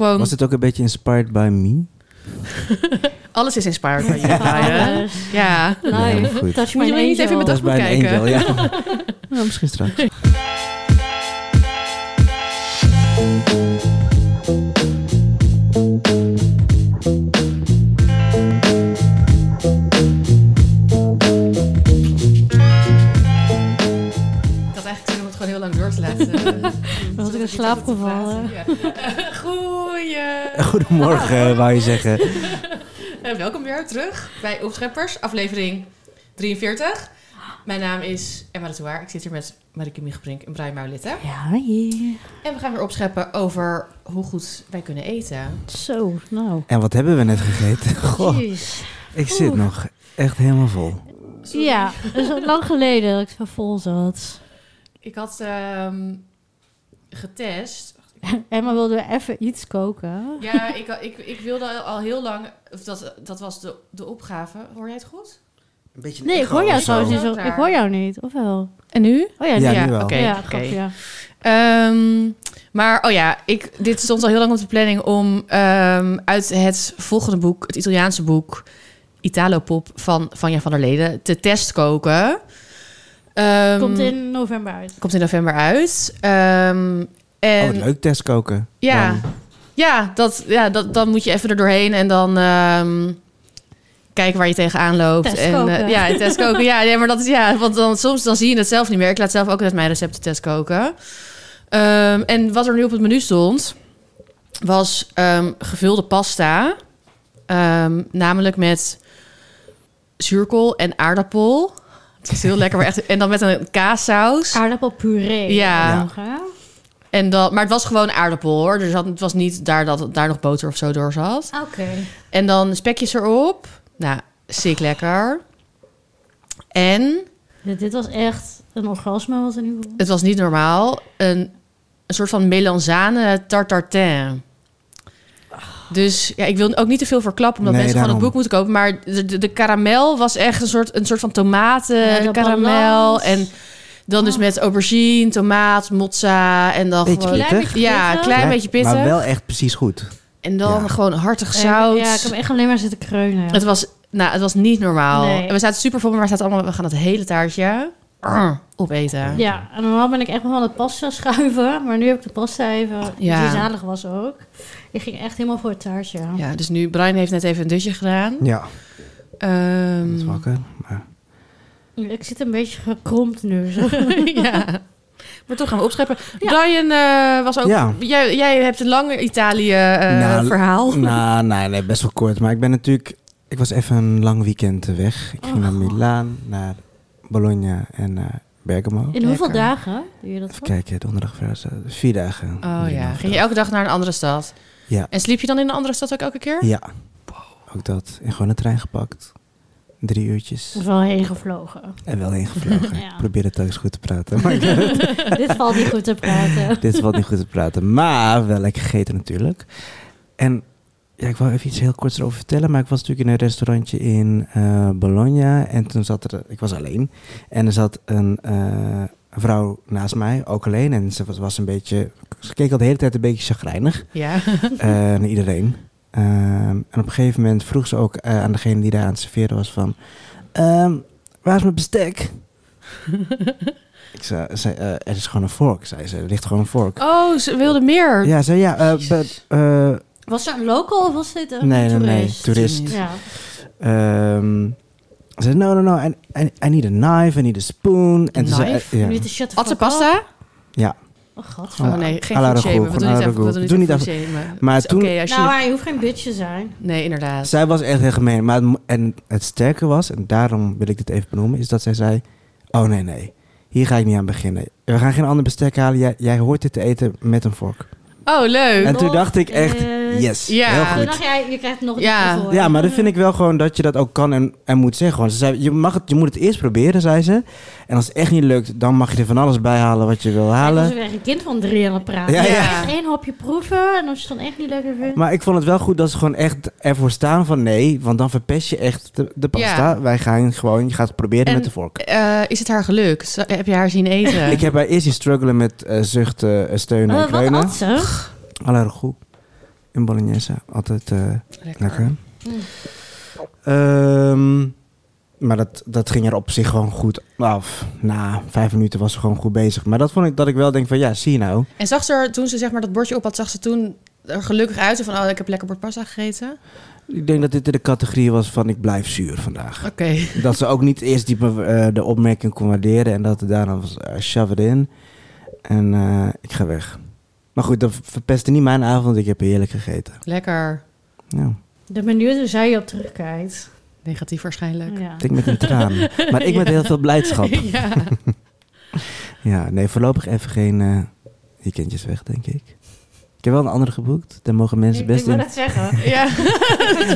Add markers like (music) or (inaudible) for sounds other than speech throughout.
Gewoon, Was het ook een beetje inspired by me? alles is inspired by you. Brian. ja. Nee, Live. helemaal goed. Touch my Moet je wel niet even met Dat is angel. Dagboek bij een kijken. angel, ja. Nou, misschien straks. Ik had eigenlijk zin om het gewoon heel lang door te laten. (laughs) was ik in slaap gevallen. Goeie. Goedemorgen, eh, wou je zeggen. En Eh, welkom weer terug bij Opscheppers, aflevering 43. Mijn naam is Emma de Toer. Ik zit hier met Marieke Miegebrink en Brian Maulitten. Ja, yeah. En we gaan weer opscheppen over hoe goed wij kunnen eten. Zo, nou. En wat hebben we net gegeten? Goh, Jeez. ik zit nog echt helemaal vol. Sorry. Ja, het is al lang geleden dat ik zo vol zat. Ik had ehm, getest. Emma wilde even iets koken. Ja, ik, ik, ik wilde al heel lang... Of dat, dat was de, de opgave. Hoor jij het goed? Een beetje Nee, ik hoor jou of zo. trouwens niet. zo- Ook raar. Ik hoor jou niet, of wel? En nu? Oh ja, Ja, nee. nu wel. oké. ja, oké. grapje, ja. Ehm, maar oh ja, ik, dit stond al heel lang op de planning om ehm, uit het volgende boek, het Italiaanse boek Italopop van Vanja van der Leden, te testkoken. Ehm, Komt in november uit. komt in november uit. Ehm, en, Oh, wat leuk test koken. Ja, Dan. ja, dat, ja dat, dan moet je even er doorheen en dan ehm, kijken waar je tegenaan loopt. En, Testkoken. eh, ja, en testkoken. ja, nee, maar dat is ja, want dan, soms dan zie je het zelf niet meer. Ik laat zelf ook altijd mijn recepten testkoken. Ehm, en wat er nu op het menu stond, was ehm, gevulde pasta. Ehm, namelijk met zuurkool en aardappel. Het is heel lekker, maar echt. En dan met een kaassaus. Aardappelpuree. Ja. Nog, hè? En dan, maar het was gewoon aardappel hoor. Dus dat- het was niet daar dat daar nog boter of zo door zat. Oké. En dan spekjes erop. Nou, ziek lekker. En, Dit, dit was echt een orgasme wat er nu komt. het was niet normaal, een, een soort van melanzane tartartin. Dus ja, ik wil ook niet te veel verklappen, omdat Nee, mensen gewoon het daarom. boek moeten kopen. Maar de, de, de karamel was echt een soort, een soort van tomaten, Ja, de Eh, karamel. balans. En dan dus Oh. met aubergine, tomaat, mozza en dan Beetje gewoon... pittig. Ja, pittig. klein Ja, beetje pittig. Maar wel echt precies goed. En dan Ja. gewoon hartig En- zout. Ja, ik heb echt alleen maar zitten kreunen. Het was, nou, het was niet normaal. Nee. En we zaten super vol, maar we zaten allemaal, we gaan het hele taartje ah, opeten. Ja, en normaal ben ik echt wel aan het pasta schuiven. Maar nu heb ik de pasta even, Ja. die zalig was ook. Ik ging echt helemaal voor het taartje. Ja, dus nu, Brian heeft net even een dutje gedaan. Ja, Ehm, niet wakker. Maar Ik zit een beetje gekromd nu. zo. (laughs) ja. Maar toch gaan we opscheppen. Brian eh, was ook... Ja. Jij, jij hebt een langer Italië eh, Nou, verhaal. Nou, nee, nee, best wel kort. Maar ik ben natuurlijk... Ik was even een lang weekend weg. Ik ging Oh. naar Milaan, naar Bologna en naar Bergamo. In hoeveel Lekker. dagen doe je dat Even voor? kijken, donderdag, vrijdag, zaterdag. vier dagen. Oh Drie ja, nachten. ging je elke dag naar een andere stad? nou, Ja. En sliep je dan in een andere stad ook elke keer? Ja, ook dat. En gewoon een trein gepakt. Drie uurtjes. Er is wel heen gevlogen. (laughs) En wel heen gevlogen. Ja. Ik probeer het thuis goed te praten. Maar ik- (laughs) Dit valt niet goed te praten. dit valt niet goed te praten. Maar wel lekker gegeten natuurlijk. En ja, ik wou even iets heel korts erover vertellen. Maar ik was natuurlijk in een restaurantje in eh, Bologna. En toen zat er... Ik was alleen. En er zat een eh, vrouw naast mij, ook alleen. En ze was, was een beetje... Ze keek al de hele tijd een beetje chagrijnig. Ja. eh, naar iedereen. Ehm, en op een gegeven moment vroeg ze ook eh, aan degene die daar aan het serveren was van... "Ehm, waar is mijn (laughs) bestek? ik zei, zei, eh, er is gewoon een vork, zei ze. Er ligt gewoon een vork. (laughs) Oh, ze wilde meer. Ja, zei ja, eh, but, eh, Was er een local of was dit een nee, nee, nee, toerist? toerist. Toerist. Ja. Ehm, ze zei, no, no, no, I, I, I need a knife, I need a spoon. En toen zei- Knife? eh, ja. Nu te shut the At de fuck up. pasta? Ja. Oh, god. Oh nee, geen Alla food ragu, gewoon shamen. We doen niet alla even, we ragu. doen niet Doe even niet food shamen. Maar Het is toen- oké als je- Nou, maar je hoeft geen bitch te zijn. Nee, inderdaad. Zij was echt heel gemeen. Maar het, mo- en het sterke was, en daarom wil ik dit even benoemen, is dat zij zei: Oh nee, nee, hier ga ik niet aan beginnen. We gaan geen ander bestek halen. Jij, jij hoort dit te eten met een vork. Oh, leuk. En toen nog dacht ik echt: eens. Yes, Ja. Toen heel dacht goed. jij, je krijgt nog Ja. niet voor. Ja, maar dan vind ik wel gewoon dat je dat ook kan en, en moet zeggen. Want ze zei, je, mag het, je moet het eerst proberen, zei ze. En als het echt niet lukt, dan mag je er van alles bij halen wat je wil Ik halen. was weer een kind van drie aan het praten. Ja, Ja, ja. Eén hapje proeven en als je het dan echt niet lekker vindt. Maar ik vond het wel goed dat ze gewoon echt ervoor staan van nee, want dan verpest je echt de, de pasta. Wij gaan gewoon, je gaat het proberen En- met de vork. Eh, is het haar gelukt? Z- Heb je haar zien eten? (laughs) Ik heb haar eerst zien struggelen met eh, zuchten, eh, steunen en Eh, wat kreunen. at ze? Allergoed. in bolognese. Altijd eh, Lekker. lekker. Mm. Ehm, maar dat, dat ging er op zich gewoon goed af. Na vijf minuten was ze gewoon goed bezig. Maar dat vond ik dat ik wel denk van ja, zie je nou. En zag ze er, toen ze zeg maar dat bordje op had, zag ze toen er gelukkig uit en van, oh, ik heb lekker bord pasta gegeten. Ik denk dat dit in de categorie was van ik blijf zuur vandaag. Oké. (laughs) Dat ze ook niet eerst die, be- eh, de opmerking kon waarderen. En dat het daarna was, eh, shove it in. En eh, ik ga weg. Maar goed, dat verpestte niet mijn avond. Ik heb heerlijk gegeten. Lekker. Ja, De manier hoe zij je op terugkijkt. Negatief waarschijnlijk. Ja. ik met een traan. Maar ik met heel veel blijdschap. (laughs) ja. Ja, nee, voorlopig even geen eh, weekendjes weg, denk ik. Ik heb wel een andere geboekt. Daar mogen mensen Ik, ik best wil in. dat (laughs) zeggen. (laughs) ja.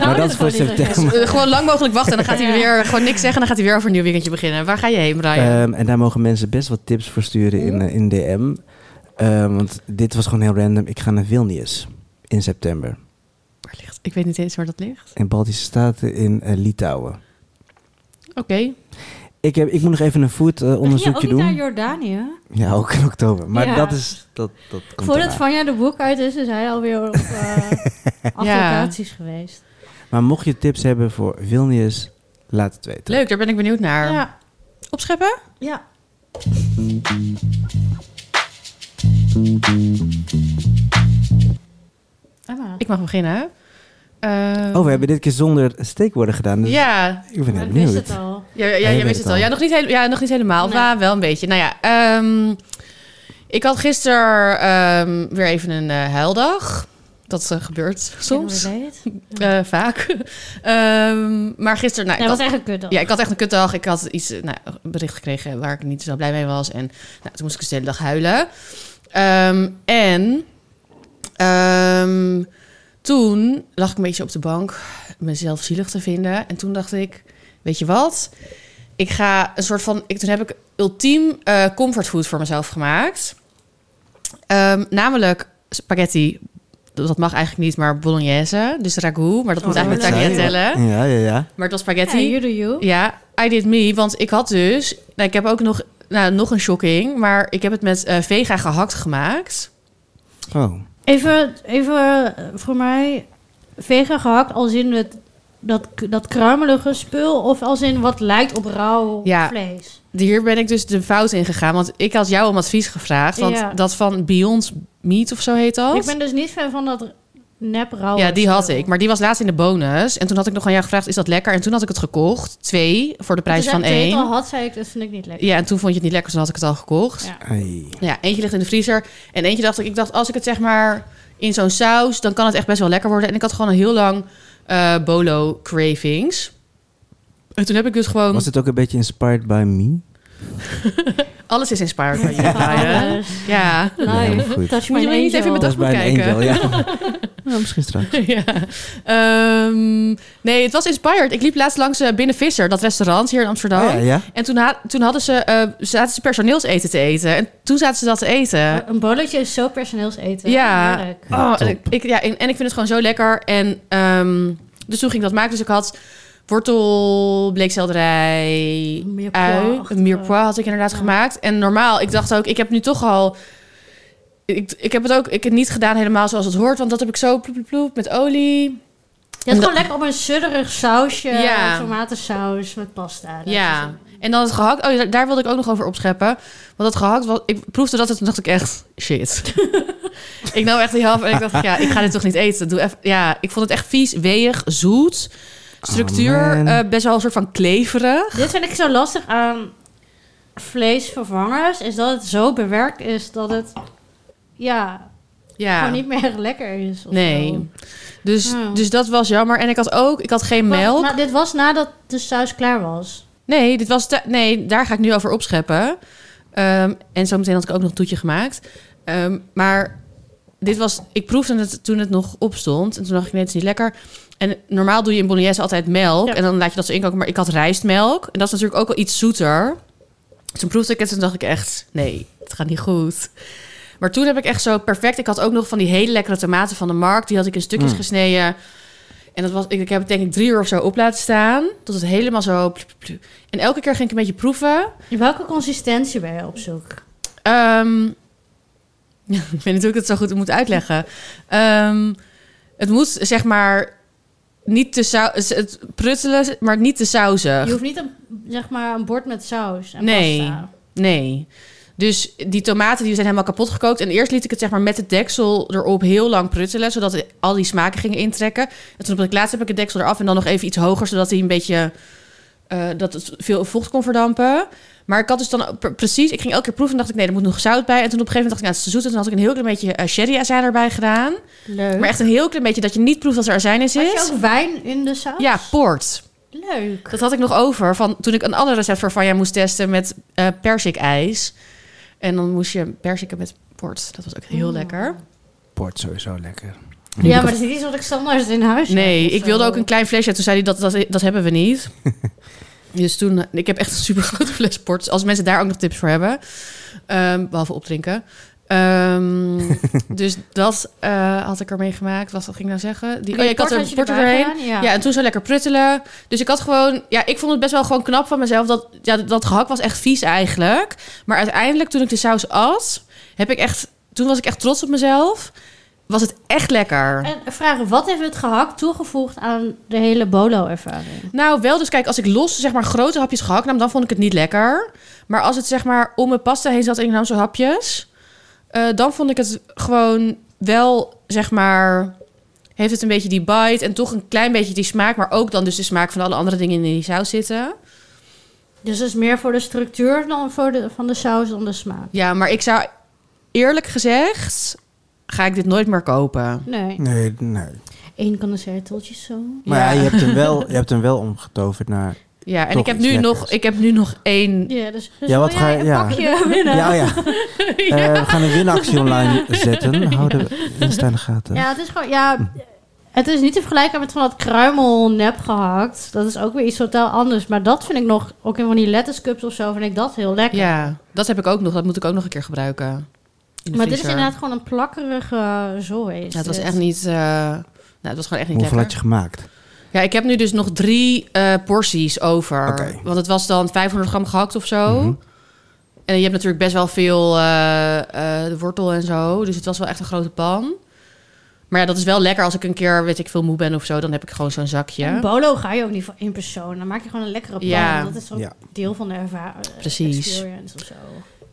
Maar dat is voor september. Eh, (laughs) gewoon lang mogelijk wachten en dan gaat hij Ja. weer gewoon niks zeggen en dan gaat hij weer over een nieuw weekendje beginnen. Waar ga je heen, Ah, Brian? Ehm, en daar mogen mensen best wat tips voor sturen in, eh, in DM. Ehm, want dit was gewoon heel random. Ik ga naar Vilnius in september. Waar ligt? Ik weet niet eens waar dat ligt. In Baltische Staten in eh, Litouwen. Oké. Ik, heb, ik moet nog even een Ging je food-onderzoekje ook niet naar doen. Jordanië? Ja, ook in oktober. Maar Ja. dat is... Dat, dat komt Voordat daarna. Vanja de boek uit is, is hij alweer (laughs) op eh applicaties geweest. Maar mocht je tips hebben voor Vilnius, laat het weten. Leuk, daar ben ik benieuwd naar. Ja. Opscheppen? ja. Emma. Ik mag beginnen. Eh, Oh, we hebben dit keer zonder steekwoorden gedaan. Dus Ja, ik ben heel Maar ik wist benieuwd. het al. Ja, ja, je jij weet mist het het al. al. Ja, nog niet, heel, ja, nog niet helemaal. Nee. Maar wel een beetje. Nou ja, ehm, ik had gisteren ehm, weer even een eh, huildag. Dat eh, gebeurt soms, Ik weet het. eh, vaak. (laughs) Ehm, maar gisteren... Nou, ik had- Nee, dat was echt een kut. ja, ik had echt een kutdag. Ik had iets, eh, nou, een bericht gekregen waar ik niet zo blij mee was. En nou, toen moest ik dus de hele dag huilen. Ehm, en ehm, toen lag ik een beetje op de bank mezelf zielig te vinden. En toen dacht ik, weet je wat? Ik ga een soort van... Ik, toen heb ik ultiem eh comfortfood voor mezelf gemaakt. Ehm, namelijk spaghetti... Dat mag eigenlijk niet, maar bolognese. Dus ragout. Maar dat Oh, moet eigenlijk met dat zei je. tagliatelle. Ja, ja, ja. Maar het was spaghetti. Ja, you do you. Ja, I did me. Want ik had dus... Nou, ik heb ook nog, nou, nog een shocking. Maar ik heb het met eh, vega gehakt gemaakt. Oh. Even, even eh, voor mij, vega gehakt als in het, dat, dat kruimelige spul of als in wat lijkt op rauw Ja. vlees? Hier ben ik dus de fout in gegaan. Want ik had jou om advies gevraagd. Want Ja. dat van Beyond Meat of zo heet dat. Ik ben dus niet fan van dat nep rauw. ja, die had ik. Maar die was laatst in de bonus. En toen had ik nog aan jou gevraagd, is dat lekker? En toen had ik het gekocht. Twee, voor de prijs van Toen al één. had, zei ik, dat vind ik niet lekker. Ja, en toen vond je het niet lekker. dus Toen had ik het al gekocht. Ja. Ai. Ja, eentje ligt in de vriezer. En eentje dacht ik, ik dacht, als ik het zeg maar in zo'n saus, dan kan het echt best wel lekker worden. En ik had gewoon een heel lang eh, bolo cravings. En toen heb ik dus gewoon, Was het ook een beetje inspired by me? alles is inspired by (laughs) you, Van Brian. alles. Ja. Nee, heel goed. eh, dus touch Moet je my me niet angel. even Dat met dat- is bij een bekijken. angel, ja. (laughs) Nou, misschien straks. ja. (laughs) Ehm, nee, het was inspired. Ik liep laatst langs eh, Binnen Visser, dat restaurant hier in Amsterdam. Oh, ja, ja. En toen, ha- toen hadden ze, eh, zaten ze personeelseten te eten. En toen zaten ze dat te eten. Een bolletje is zo personeelseten. Ja. Heerlijk. Ja, Oh, top. ik, ik- ja, en, en ik vind het gewoon zo lekker. En ehm, dus toen ging ik dat maken. Dus ik had wortel, bleekselderij, Mirepoix ui. achter. Een mirepoix had ik eh. inderdaad Ja. gemaakt. En normaal, ik dacht ook, ik heb nu toch al... Ik, ik heb het ook ik heb het niet gedaan helemaal zoals het hoort. Want dat heb ik zo ploep, ploep, ploep, met olie. Je had gewoon lekker op een sudderig sausje, Ja. tomatensaus met pasta. Dat is ja. het. En dan het gehakt. Oh, daar, daar wilde ik ook nog over opscheppen. Want dat gehakt was... Ik proefde dat en toen dacht ik echt... (laughs) Shit. ik nam echt die half en ik dacht... Ja, ik ga dit toch niet eten. Doe even, ja, ik vond het echt vies, weeg, zoet. Structuur Oh, man. eh, best wel een soort van kleverig. Dit vind ik zo lastig aan vleesvervangers, is dat het zo bewerkt is dat het ja, Ja. gewoon niet meer (laughs) lekker is. of zo. Nee. Dus, Ja. dus dat was jammer. En ik had ook... Ik had geen Maar- melk. Maar dit was nadat de saus klaar was. Nee, dit was te- nee, daar ga ik nu over opscheppen. Ehm, en zometeen had ik ook nog een toetje gemaakt. Ehm, maar dit was, ik proefde het toen het nog opstond. En toen dacht ik, nee, het is niet lekker. En normaal doe je in bolognese altijd melk. Ja. En dan laat je dat zo inkoken. Maar ik had rijstmelk. En dat is natuurlijk ook wel iets zoeter. Dus toen proefde ik het en toen dacht ik echt, nee, het gaat niet goed. Maar toen heb ik echt zo perfect... Ik had ook nog van die hele lekkere tomaten van de markt. Die had ik in stukjes Mm. gesneden. En dat was, ik, ik heb het denk ik drie uur of zo op laten staan. Tot het helemaal zo... plu- plu- plu. En elke keer ging ik een beetje proeven. Welke consistentie ben je op zoek? (laughs) Ehm, ik weet natuurlijk dat het zo goed moet uitleggen. Ehm, Het moet zeg maar niet te saus, het pruttelen, maar niet te sausig. Je hoeft niet een, zeg maar, een bord met saus en Nee. pasta. Nee. Dus die tomaten die zijn helemaal kapot gekookt. En eerst liet ik het zeg maar met het deksel erop heel lang pruttelen. Zodat het al die smaken gingen intrekken. En toen op het laatst heb ik het deksel eraf en dan nog even iets hoger. Zodat hij een beetje... eh, dat het veel vocht kon verdampen. Maar ik had dus dan pre- precies... Ik ging elke keer proeven en dacht ik... Nee, er moet nog zout bij. En toen op een gegeven moment dacht ik... Nou, het is te zoet. En toen had ik een heel klein beetje eh, sherry-azijn erbij gedaan. Leuk. Maar echt een heel klein beetje dat je niet proeft dat er azijn in Had je zit. ook wijn in de saus? Ja, port. Leuk. Dat had ik nog over van toen ik een ander recept voor van jou moest testen met eh perzikijs. En dan moest je perziken met port. Oh. Dat was ook heel Mm. lekker. Port sowieso lekker. Ja, maar dat is niet iets wat ik standaard in huis heb Nee, of ik zo. wilde ook een klein flesje. Toen zei hij dat, dat, dat hebben we (laughs) niet. dus toen, eh, ik heb echt een super grote fles port. Als mensen daar ook nog tips voor hebben, Ehm, behalve opdrinken. Ehm, (laughs) dus dat eh, had ik ermee gemaakt. Wat dat ging ik nou zeggen? Die, oh ja, ik had er port overheen. Ja. Ja, en toen zo lekker pruttelen. Dus ik had gewoon... Ja, ik vond het best wel gewoon knap van mezelf. Dat, ja, dat gehakt was echt vies eigenlijk. Maar uiteindelijk, toen ik de saus at... Heb ik echt, toen was ik echt trots op mezelf. Was het echt lekker. En vragen, wat heeft het gehakt toegevoegd aan de hele bolo-ervaring? Nou, wel dus kijk, als ik los zeg maar grote hapjes gehakt nam... dan vond ik het niet lekker. Maar als het zeg maar om mijn pasta heen zat en ik nam zo hapjes... eh, dan vond ik het gewoon wel zeg maar... Heeft het een beetje die bite en toch een klein beetje die smaak... maar ook dan dus de smaak van alle andere dingen die in die saus zitten... Dus dat is meer voor de structuur dan voor de, van de saus dan de smaak. Ja, maar ik zou eerlijk gezegd ga ik dit nooit meer kopen. Nee. Nee, nee. Eén kan de serteltjes zo. Maar ja, je, hebt hem wel, je hebt hem wel omgetoverd naar... (laughs) Ja, en Toch ik heb, iets nu lekkers. nog, ik heb nu nog één. Ja, dus, dus Ja, wat wil ga jij je- een ja. pakje (laughs) winnen? Ja, Ja, oh ja. Eh, we gaan een winactie online zetten. Houden we Insta in de gaten. het is gewoon... Ja, het is niet te vergelijken met van dat kruimel nep gehakt. Dat is ook weer iets totaal anders. Maar dat vind ik nog, ook in van die lettuce cups of zo, vind ik dat heel lekker. Ja, dat heb ik ook nog. Dat moet ik ook nog een keer gebruiken. In de maar dit is vriezer. inderdaad gewoon een plakkerige zooi. Dus is Ja, het was dit. echt niet. eh, nou, het was gewoon echt niet Hoeveel had lekker. je gemaakt? Ja, ik heb nu dus nog drie eh, porties over. Oké. Want het was dan 500 gram gehakt of zo. Mhm. En je hebt natuurlijk best wel veel eh, eh, de wortel en zo. Dus het was wel echt een grote pan. Maar ja, dat is wel lekker als ik een keer, weet ik veel, moe ben of zo. Dan heb ik gewoon zo'n zakje. Een bolo ga je ook niet voor één persoon. Dan maak je gewoon een lekkere pan. Ja. Dat is ook Ja. deel van de ervaring. Precies. Experience of zo.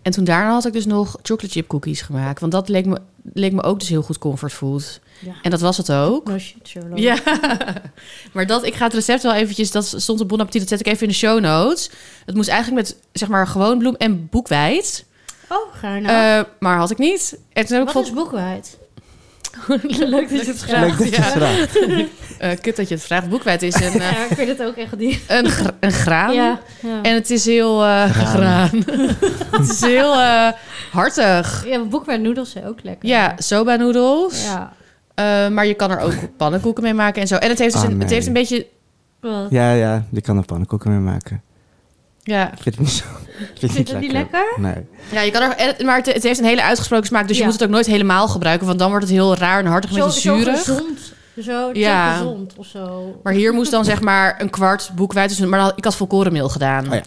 En toen daarna had ik dus nog chocolate chip cookies gemaakt. Want dat leek me, leek me ook dus heel goed comfort food. Ja. En dat was het ook. No shit, Sherlock. (laughs) Ja, maar dat, ik ga het recept wel eventjes, dat stond op Bon Appetit, dat zet ik even in de show notes. Het moest eigenlijk met, zeg maar, gewoon bloem en boekwijd. Oh, ga je nou. Eh, maar had ik niet. En toen heb ik Wat is boekwijd? (laughs) Leuk dat je het Leuk vraagt. dat je het vraagt. Eh, kut dat je het vraagt. Boekwijd is (laughs) een, eh, Ja, ik weet het ook echt niet. een, gra- een graan. Ja, ja. En het is heel... eh Graan. graan. (laughs) het is heel eh, hartig. ja boekwijd noedels zijn ook lekker. Ja, soba noedels. Ja. Eh, maar je kan er (laughs) ook pannenkoeken mee maken en zo. En het heeft, dus Ah, een, het nee. heeft een beetje. Wat? Ja, ja. Je kan er pannenkoeken mee maken. Ja, Ik vind het niet zo... Ik vind het Vind niet je dat lekker. niet lekker? Nee. ja je kan er, en- maar het, het heeft een hele uitgesproken smaak. Dus je Ja. moet het ook nooit helemaal gebruiken. Want dan wordt het heel raar en hartig met Zo, een zo zuurig. gezond. Zo, zo Ja. gezond of zo. Maar hier moest dan zeg maar een kwart boekwijd. Dus, maar dan- ik had volkorenmeel gedaan. Oh ja.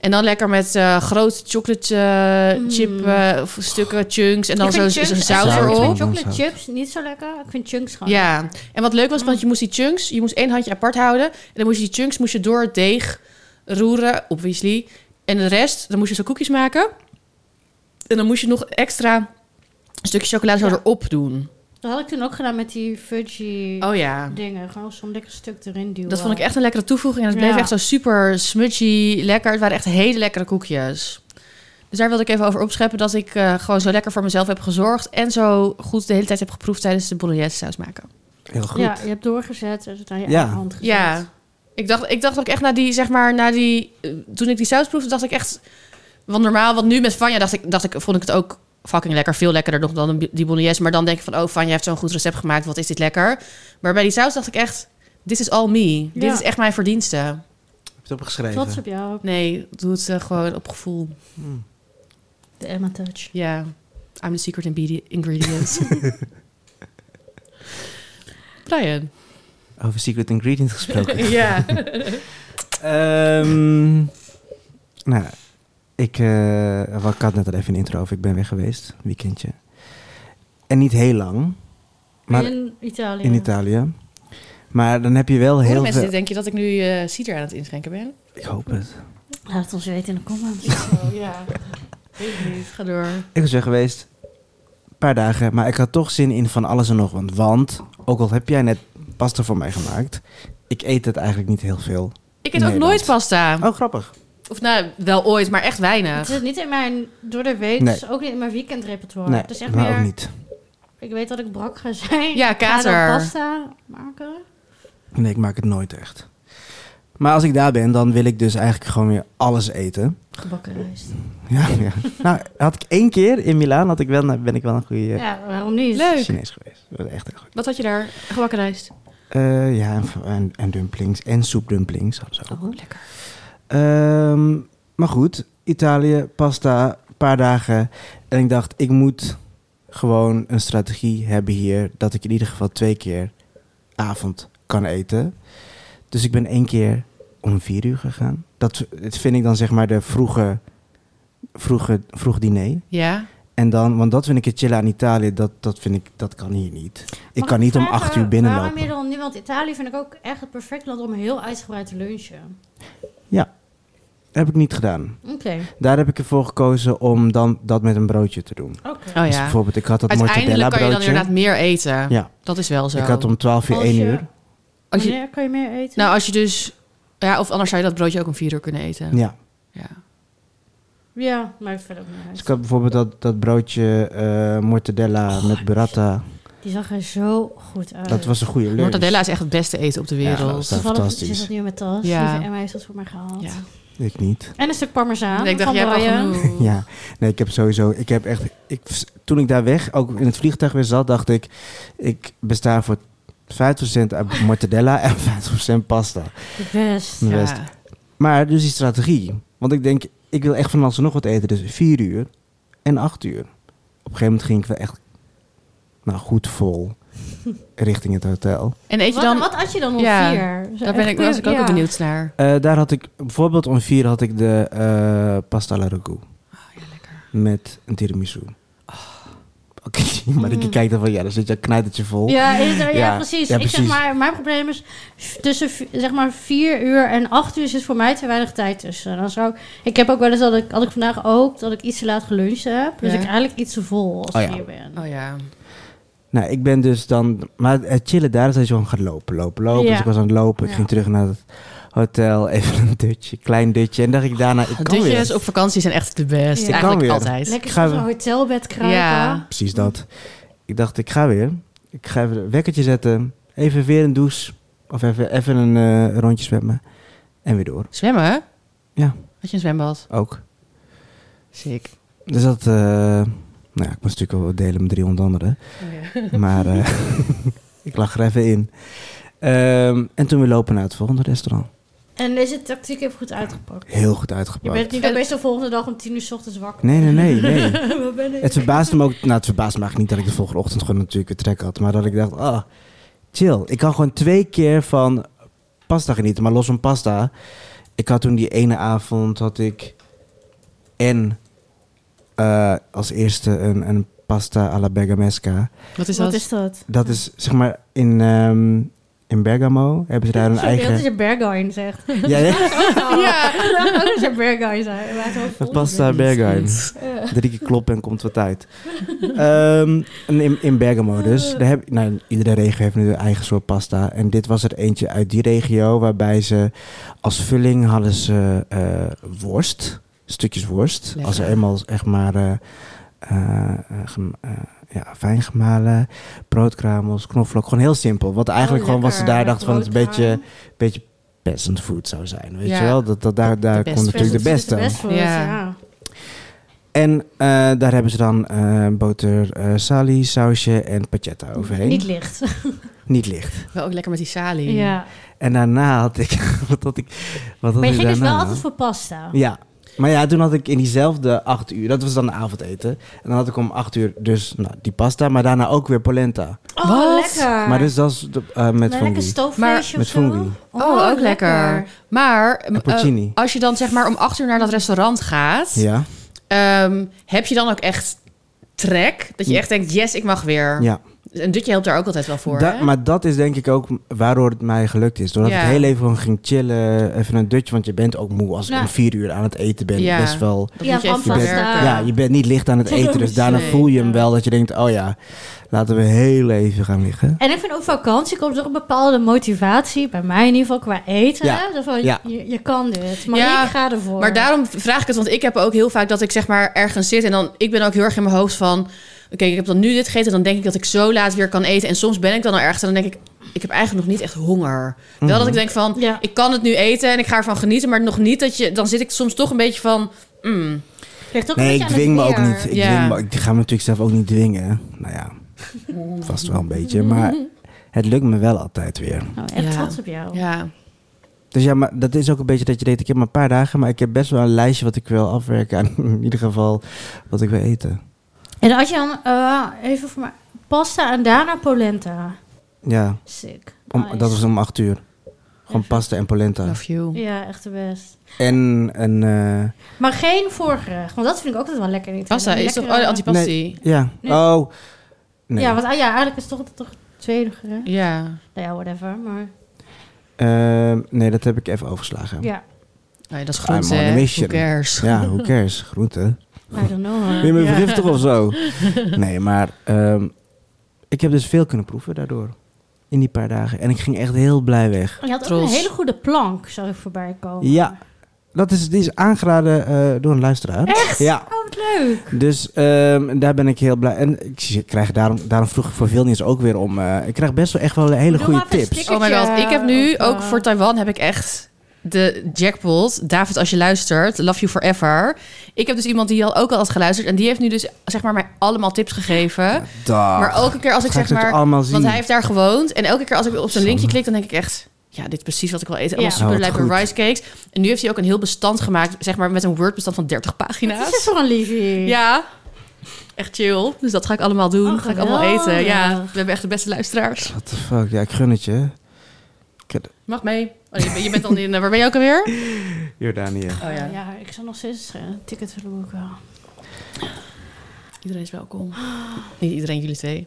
En dan lekker met eh grote chocolate eh, Mm. chip eh, of stukken chunks. En dan Ik zo, vind zo chunks saus echt- Zout. erop. Ik vind erop. chocolate chips niet zo lekker. Ik vind chunks gewoon. Oh, Ja, en wat leuk was, want je moest die chunks, je moest één handje apart houden. En dan moest je die chunks moest je door het deeg roeren, obviously. En de rest, dan moest je zo koekjes maken. En dan moest je nog extra een stukje chocolade zo Ja. erop doen. Dat had ik toen ook gedaan met die fudgy Oh ja. dingen. Gewoon zo'n lekker stuk erin duwen. Dat vond ik echt een lekkere toevoeging. En het bleef Ja. echt zo super smudgy, lekker. Het waren echt hele lekkere koekjes. Dus daar wilde ik even over opscheppen dat ik eh, gewoon zo lekker voor mezelf heb gezorgd. En zo goed de hele tijd heb geproefd tijdens de bolognese saus maken. Heel goed. Ja, je hebt doorgezet en het aan je Ja. eigen hand gezet. Ja. Ik dacht, ik dacht ook echt na die, zeg maar, na die... eh, Toen ik die saus proefde, dacht ik echt... Want normaal, want nu met Vanja dacht ik, dacht ik, vond ik het ook fucking lekker. Veel lekkerder nog dan een- die bolognese. Maar dan denk ik van, oh, Vanja heeft zo'n goed recept gemaakt. Wat is dit lekker? Maar bij die saus dacht ik echt, this is all me. Dit Ja. is echt mijn verdienste. Heb je het opgeschreven? Trots op jou. Nee, doe het eh, gewoon op gevoel. Mm. De Emma Touch. Ja, I'm the secret ingredient- (laughs) ingredient. Brian. Over secret ingredient gesproken. (laughs) Ja. Ehm, nou, ik, eh, wel, ik had net al even een intro over. Ik ben weg geweest, weekendje. En niet heel lang. Maar in Italië. in Italië. Maar dan heb je wel Hoeveel heel mensen veel... dit denk je dat ik nu eh cider aan het inschenken ben? Ik hoop het. Laat het ons weten in de comments. Oh, ja. Weet ik niet. Ga door. Ik was weg geweest. Een paar dagen. Maar ik had toch zin in van alles en nog wat. Want, ook al heb jij net pasta voor mij gemaakt... Ik eet het eigenlijk niet heel veel. Ik In eet ook Nederland. nooit pasta. Oh, grappig. Of nou, wel ooit, maar echt Het weinig. zit niet in mijn door de week, Nee. dus ook niet in mijn weekendrepertoire. Nee, dus echt maar meer, ook niet. ik weet dat ik brak ga zijn. Ja, Ik ga dan kater. pasta maken. Nee, ik maak het nooit echt. Maar als ik daar ben, dan wil ik dus eigenlijk gewoon weer alles eten. (laughs) Gebakken rijst. Ja, ja. nou, had ik één keer in Milaan, had ik wel, ben ik wel een goede eh, Ja, waarom niet? Leuk. Chinees geweest. Dat was echt heel goed. Wat had je daar? Gebakken rijst. Eh, ja, en, en, en dumplings. En soepdumplings. hadden ze ook. Oh, lekker. Ehm, maar goed, Italië, pasta, een paar dagen. En ik dacht, ik moet gewoon een strategie hebben hier... dat ik in ieder geval twee keer avond kan eten. Dus ik ben één keer om vier uur gegaan. Dat dat vind ik dan zeg maar de vroege, vroege, vroeg diner. Ja. En dan, want dat vind ik het chillen aan Italië, dat, dat vind ik, dat kan hier niet. Ik Mag kan niet om vragen acht uur Waarom je binnenlopen. dan niet? Want Italië vind ik ook echt het perfect land om heel uitgebreid te lunchen. Heb ik niet gedaan. Oké. Daar heb ik ervoor gekozen om dan dat met een broodje te doen. Oké. Oh Dus ja. bijvoorbeeld, ik had dat mortadella Uiteindelijk kan je dan broodje. inderdaad meer eten. Ja. Dat is wel zo. Ik had om 12 uur Als 1 je- uur. Als je, Wanneer kan je meer eten? nou, als je dus... Ja, of anders zou je dat broodje ook om vier uur kunnen eten. Ja. Ja. ja, maakt verder ook niet uit. Dus ik had bijvoorbeeld dat, dat broodje eh, mortadella Oh, met burrata. Die zag er zo goed uit. Dat was een goede lunch. Mortadella is echt het beste eten op de Ja, dat wereld. is dat Toevallig fantastisch. Is dat nu met tas? Ja. Lieve Emma heeft dat voor mij gehaald. Ja. Ik niet. En een stuk parmezaan. En ik dacht, van jij hebt Brian. al genoeg. (laughs) Ja, nee, ik heb sowieso, ik heb echt, ik, toen ik daar weg, ook in het vliegtuig weer zat, dacht ik, ik besta voor 50% uit mortadella en (laughs) 50% pasta. De best. Ja. Best. Maar dus die strategie. Want ik denk, ik wil echt van alles en nog wat eten. Dus vier uur en acht uur. Op een gegeven moment ging ik wel echt nou, goed vol richting het hotel. En eet je Wat, dan... wat had je dan om Ja, vier? Zo daar ben echt ik, daar was ik ook puur- wel ja. benieuwd naar. Eh, daar had ik, bijvoorbeeld om vier had ik de eh, pasta alla ragu. Met een tiramisu. Oké, (laughs) maar ik Mm. kijk dan van, ja, dan zit je knijtertje vol. Ja, is er- ja, Ja, precies. ja, Ik precies. zeg maar, mijn probleem is f- tussen v- zeg maar vier uur en acht uur zit voor mij te weinig tijd tussen. Dan zou ik, ik heb ook wel eens dat ik, had ik vandaag ook dat ik iets te laat geluncht heb. Dus Ja. ik eigenlijk iets te vol als Oh ik ja. hier ben. Oh ja. Nou, ik ben dus dan... Maar het chillen daar is dat je gewoon gaat lopen, lopen, lopen. Ja. Dus ik was aan het lopen. Ik Ja. ging terug naar het hotel. Even een dutje, klein dutje. En dacht ik daarna, ik kan weer. Dutjes op vakantie zijn echt de Ja. beste. Ik Eigenlijk kan weer. altijd. Lekker Gaan op we- zo'n hotelbed kruipen. Ja. Precies dat. Ik dacht, ik ga weer. Ik ga even een wekkertje zetten. Even weer een douche. Of even, even een eh, rondje zwemmen. En weer door. Zwemmen? Ja. Had je een zwembad? Ook. Sick. Dus dat... eh, nou ja, ik moest natuurlijk wel wat delen met 300 (laughs) anderen. Maar eh, (laughs) ik lag er even in. Ehm, en toen we lopen naar het volgende restaurant. En deze tactiek heeft goed uitgepakt. Heel goed Je uitgepakt. bent niet opeens de volgende dag om tien uur 's ochtends wakker. Nee, nee, nee, nee. (laughs) Waar ben ik? Het verbaasde me ook, nou het verbaasde me eigenlijk niet dat ik de volgende ochtend gewoon natuurlijk een trek had. Maar dat ik dacht, ah, chill. Ik kan gewoon twee keer van pasta genieten. Maar los van pasta, ik had toen die ene avond, had ik en eh, als eerste een, een pasta alla bergamesca. Wat is Wat dat? is dat? Dat is zeg maar in, ehm, in Bergamo hebben ze daar een Sorry, dat is eigen... je Berghain zegt. Ja, ja. Ja. Oh. (laughs) Dat is je Berghain zei. Maar het was vol. Pasta Bergheim. Drie keer kloppen en komt wat uit. (laughs) Ehm, en in, in Bergamo dus. Daar heb, nou, iedere regio heeft nu een eigen soort pasta. En dit was er eentje uit die regio waarbij ze als vulling hadden ze eh, worst. Stukjes worst. Lekker. Als er eenmaal echt maar eh, eh, eh, gem- eh, ja, fijn gemalen, broodkramels, knoflook. Gewoon heel simpel. Wat eigenlijk Oh, gewoon wat ze lekker. daar dachten van het een Broodkraam. beetje, beetje peasant food zou zijn. Weet Ja. je wel? Dat, dat, daar daar best komt natuurlijk de beste. best Ja. ja. En eh, daar hebben ze dan eh, boter, eh sali, sausje en pancetta overheen. Niet licht. Niet licht. Wel ook lekker met die salie. Ja. En daarna had ik... (laughs) Wat had ik wat had Maar je ik ging dus wel daarna? altijd voor pasta. Ja. Maar ja, toen had ik in diezelfde acht uur... Dat was dan avondeten. En dan had ik om acht uur dus nou, die pasta, maar daarna ook weer polenta. Oh, Wat? lekker. Maar dus dat is de- eh, met Maar lekker funghi. stoofvleesje Maar- of met zo. fungi. Oh, ook lekker. Maar En eh, porcini. als je dan zeg maar om acht uur naar dat restaurant gaat, ja. ehm, heb je dan ook echt trek? Dat je echt denkt, yes, ik mag weer. Ja. En Dutje helpt daar ook altijd wel voor. Da- hè? maar dat is denk ik ook waardoor het mij gelukt is. Doordat Ja. ik heel even gewoon ging chillen, even een dutje. Want je bent ook moe als ik Nou. om vier uur aan het eten ben. Ja. Best wel... dat Ja, moet je even Je bent- verwerken. vaststaan. Ja, je bent niet licht (laughs) aan het eten. Dus daarna Nee. voel je hem wel dat je denkt... Oh ja, laten we heel even gaan liggen. En ik vind op vakantie komt er een bepaalde motivatie, bij mij in ieder geval, qua eten. Ja. Zo van, Ja. je, je kan dit, maar Ja, ik ga ervoor. Maar daarom vraag ik het, want ik heb ook heel vaak dat ik zeg maar ergens zit en dan ik ben ook heel erg in mijn hoofd van, oké, ik heb dan nu dit gegeten, dan denk ik dat ik zo laat weer kan eten en soms ben ik dan al ergens en dan denk ik, ik heb eigenlijk nog niet echt honger. Wel Mhm. dat ik denk van, Ja. ik kan het nu eten en ik ga ervan genieten, maar nog niet dat je, dan zit ik soms toch een beetje van, mm, Ligt ook een Nee, beetje ik aan het dwing me ook weer. niet. Ik, Ja. dwing me- ik ga me natuurlijk zelf ook niet dwingen. Nou ja, vast wel een beetje. Maar het lukt me wel altijd weer. Nou, echt Ja. trots op jou. ja, Dus ja, maar dat is ook een beetje dat je denkt... Ik heb maar een paar dagen, maar ik heb best wel een lijstje wat ik wil afwerken. En (laughs) in ieder geval wat ik wil eten. En als je dan, eh, even voor mij, pasta en daarna polenta. Ja, Sick. om, Nice. dat was om acht uur. Gewoon pasta en polenta. love you. Ah, Ja, echt de best. En een... eh, Maar geen voorgerecht, want dat vind ik ook altijd wel lekker. in Italië. Pasta is toch, Lekkere- oh, de antipasti. nee, ja. Nee. Oh. Nee. Ja, want ah, ja, eigenlijk is het toch, toch het tweede gerecht. Ja, Nou ja, whatever, maar Ehm, nee, dat heb ik even overslagen. ja, oh, ja dat is I'm on a groente, hè. mission. Who cares? Ja, hoe cares? Groeten. I don't know. hoor. Ben je me vergiftig of zo? (laughs) Nee, maar ehm, ik heb dus veel kunnen proeven daardoor. In die paar dagen. En ik ging echt heel blij weg. Je had ook Trots. een hele goede plank, zag ik voorbij komen. Ja. Dat is, die is aangeraden eh, door een luisteraar. Echt? Ja. Oh, wat leuk. Dus ehm, daar ben ik heel blij. En ik, ik krijg daarom, daarom vroeg ik voor veel nieuws ook weer om. eh, ik krijg best wel echt wel hele Doe goede maar even tips. stikken. Oh my god, Tikkertje, ik heb nu of, eh, ook voor Taiwan heb ik echt de jackpot. David, als je luistert, love you forever. Ik heb dus iemand die al ook al had geluisterd en die heeft nu dus zeg maar mij allemaal tips gegeven. Dag. maar elke keer als ik Ah, Ga zeg het maar, allemaal zien. want hij heeft daar gewoond en elke keer als ik op zijn linkje klik, dan denk ik echt. Ja, dit is precies wat ik wil eten. Allemaal Ja. super Oh, wat goed. rice cakes. En nu heeft hij ook een heel bestand gemaakt, zeg maar met een Word-bestand van 30 Wat is dit pagina's. voor een liefie? Ja, echt chill. Dus dat ga ik allemaal doen. Oh, ga ik allemaal eten. Ja, we geweldig. hebben echt de beste luisteraars. What the fuck? Ja, ik gun het je. Mag mee. Oh, je, bent- je bent al in. eh, Waar ben je ook alweer? Jordanië. Oh ja. ja. ik zou nog steeds eh, een ticket willen boeken. (laughs) Iedereen is welkom. Niet iedereen, jullie twee.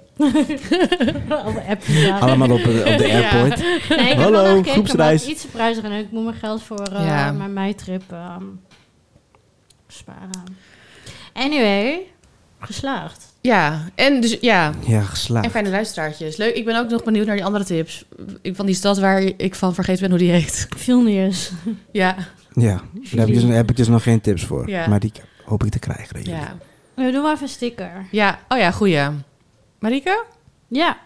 Alle apps. ja. Allemaal op, de- (laughs) op de Ja. airport. Nee, ik heb Hallo, wel naar gekeken, maar groepsreis. het is iets te prijzig. En ik moet mijn geld voor eh, Ja. mijn meitrip ehm, sparen. Anyway, geslaagd. Ja, en dus ja. Ja, En geslaagd. fijne luisteraartjes. Leuk. Ik ben ook nog benieuwd naar die andere tips. Ik- Van die stad waar ik van vergeten ben hoe die heet. Vilnius. Ja. Ja, daar heb ik, dus, daar heb ik dus nog geen tips voor. Ja. Maar die hoop ik te krijgen. denk ik. Ja. We doen maar even een sticker. Ja. Oh ja, goeie. Marike? Ja.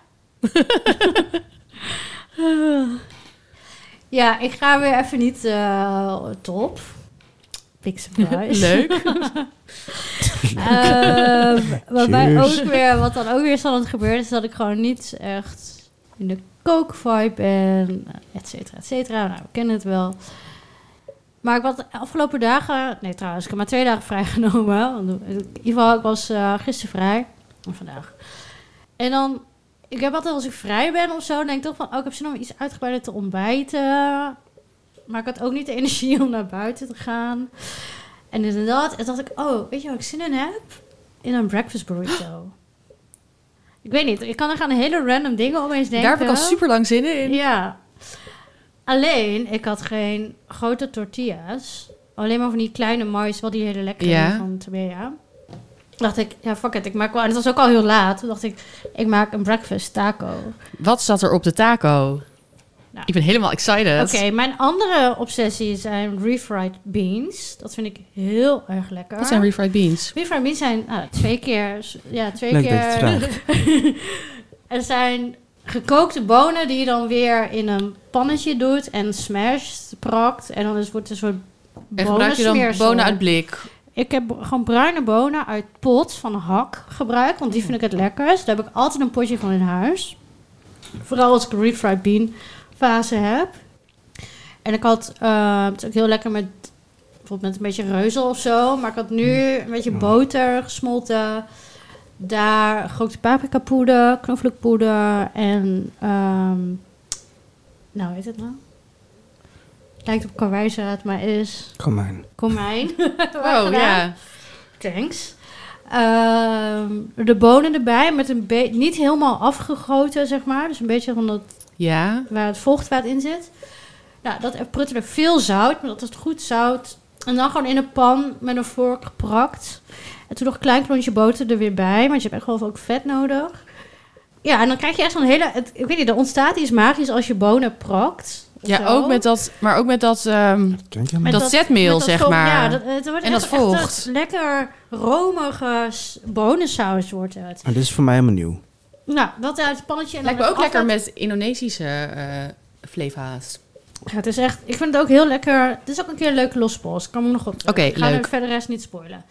(laughs) ja, ik ga weer even niet eh, top. Big surprise. Leuk. (laughs) Ehm, waarbij Cheers. ook weer, wat dan ook weer zal het gebeuren, is dat ik gewoon niet echt in de kookvibe ben, et cetera, et cetera. Nou, we kennen het wel. Maar ik had de afgelopen dagen, nee trouwens, ik heb maar twee dagen vrijgenomen. Want In ieder geval, ik was eh, gisteren vrij, en vandaag. En dan, ik heb altijd als ik vrij ben of zo, dan denk ik toch van, oh, ik heb zin om iets uitgebreider te ontbijten. Maar ik had ook niet de (laughs) energie om naar buiten te gaan. En inderdaad, en dacht ik, oh, weet je waar ik zin in heb? In een breakfast (gasps) burrito. ik weet niet, ik kan er aan hele random dingen opeens denken. Daar heb ik al super lang zin in. Ja. Alleen, ik had geen grote tortillas. Alleen maar van die kleine mais, wel die hele lekkere Ja. van Tabea. Dacht ik, ja, fuck it, ik maak wel... En het was ook al heel laat. Toen dacht ik, ik maak een breakfast taco. Wat zat er op de taco? Nou. Ik ben helemaal excited. Oké, mijn andere obsessie zijn refried beans. Dat vind ik heel erg lekker. Wat zijn refried beans? Refried beans zijn nou, twee keer... Ja, twee Leuk dat je het keer... vraagt. (laughs) Er zijn gekookte bonen die je dan weer in een pannetje doet en smasht, prakt. En dan is, wordt het een soort En gebruik je dan bonensmeersel. bonen uit blik? Ik heb gewoon bruine bonen uit pot van hak gebruikt, Mm. want die vind ik het lekkerst. Daar heb ik altijd een potje van in huis. Vooral als ik een refried bean fase heb. En ik had eh, het is ook heel lekker met bijvoorbeeld met een beetje reuzel of zo. Maar ik had nu Mm. een beetje boter gesmolten. Daar gerookte paprika poeder, knoflookpoeder en ehm, nou, hoe heet het nou? Lijkt op karwijzaad, maar is Kom maar. komijn. (laughs) Oh Wow, ja. Thanks. Eh, Ehm, de bonen erbij, met een beetje niet helemaal afgegoten, zeg maar. Dus een beetje van dat, Ja. waar het vochtwaad in zit. Nou, dat er prutte er veel zout, maar dat is goed zout. En dan gewoon in een pan met een vork geprakt. En toen nog een klein klontje boter er weer bij, want je hebt echt wel ook vet nodig. Ja, en dan krijg je echt zo'n hele... Het, ik weet niet, er ontstaat iets magisch als je bonen prakt. of Ja, zo. ook met dat, maar ook met dat, ehm, Dankjewel. dat zetmeel, met dat zeg vocht- maar. Ja, dat, eh, het wordt En echt- dat echt vocht. dat lekker romige s- bonensaus wordt het. Maar dit is voor mij helemaal nieuw. Nou, dat uit het pannetje. En dan lijkt me ook het lekker afwassen. met Indonesische eh fleva's. Ja, het is echt... Ik vind het ook heel lekker... Het is ook een keer een leuke lospost. Kan me nog op terug. Oké, Ik ga leuk. nu verder rest niet spoilen.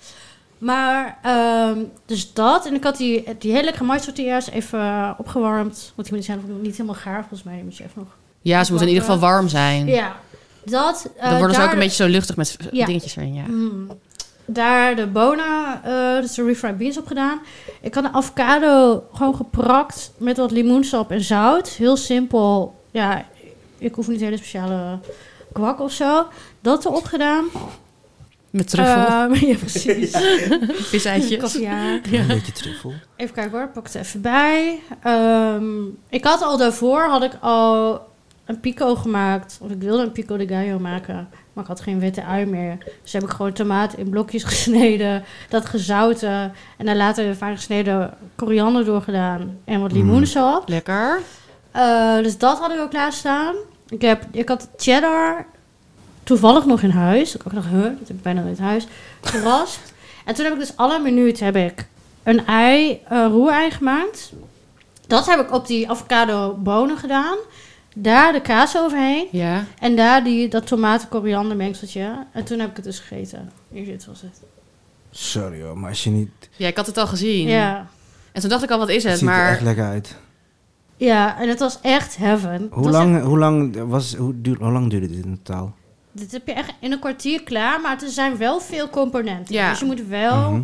Maar, ehm, dus dat. En ik had die, die hele lekkere maïssortiers even eh, opgewarmd. Want die moeten zijn niet helemaal gaar, volgens mij. Die moet je even nog... Ja, ze moeten in ieder geval warm zijn. Ja, dat... eh, Mm. Dan worden ze ook daar- een beetje zo luchtig met Ja. dingetjes erin, ja. Mm. Daar de bonen, eh, dus de refried beans op gedaan. Ik had een avocado gewoon geprakt met wat limoensap en zout. Heel simpel. Ja, ik hoef niet hele speciale kwak of zo. Dat erop gedaan. Met truffel, Ehm, (laughs) ja, precies. (laughs) viseitjes. Kaviaar. Een beetje truffel. Even kijken hoor, pak het even bij. Ehm, ik had al daarvoor had ik al een pico gemaakt. Of ik wilde een pico de gallo maken. Maar ik had geen witte ui meer. Dus heb ik gewoon tomaat in blokjes (laughs) gesneden. Dat gezouten. En daar later fijn gesneden koriander door gedaan. En wat Mm. limoensap. Lekker. Eh, dus dat had ik ook klaarstaan. Ik, heb, ik had cheddar toevallig nog in huis. Ik ook nog, huh, dat heb ik bijna nooit in huis. Geraspt. en toen heb ik dus alle minuut heb ik een ei, een roerei gemaakt. Dat heb ik op die avocado bonen gedaan. Daar de kaas overheen. Ja. En daar die, dat tomaten koriander mengseltje. En toen heb ik het dus gegeten. Hier, dit was het. Sorry hoor, maar als je niet... ja, ik had het al gezien. Ja. En toen dacht ik al, wat is Het het? ziet er echt Maar lekker uit. ja, en het was echt heaven. Het Hoe was lang, hoe, lang was, hoe, duur, hoe lang duurde dit in totaal? Dit heb je echt in een kwartier klaar, maar er zijn wel veel componenten. Ja. Dus je moet wel. Oh, Mhm.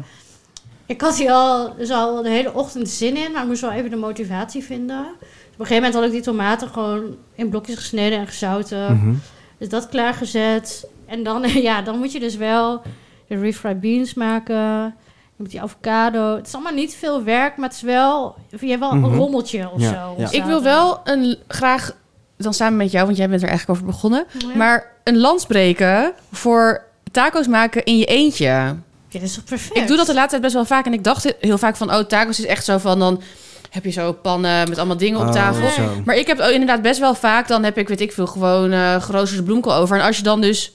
Ik had hier al, dus al de hele ochtend zin in, maar ik moest wel even de motivatie vinden. Dus op een gegeven moment had ik die tomaten gewoon in blokjes gesneden en eh, gezouten. Mhm. Dus dat klaargezet. En dan, (laughs) ja, dan moet je dus wel de refried beans maken. Je moet die avocado. Het is allemaal niet veel werk, maar het is wel. Je hebt wel Mhm. een rommeltje of Ja, zo. ja. ontstaat ik wil er. wel een, graag, dan samen met jou, want jij bent er eigenlijk over begonnen. Ja. Maar een lans breken voor taco's maken in je eentje. Dit is toch perfect? Ik doe dat de laatste tijd best wel vaak. En ik dacht heel vaak van, oh, tacos is echt zo van... dan heb je zo pannen met allemaal dingen op Oh, tafel. zo. Maar ik heb ook inderdaad best wel vaak... dan heb ik, weet ik veel, gewoon eh geroosterde bloemkool over. En als je dan dus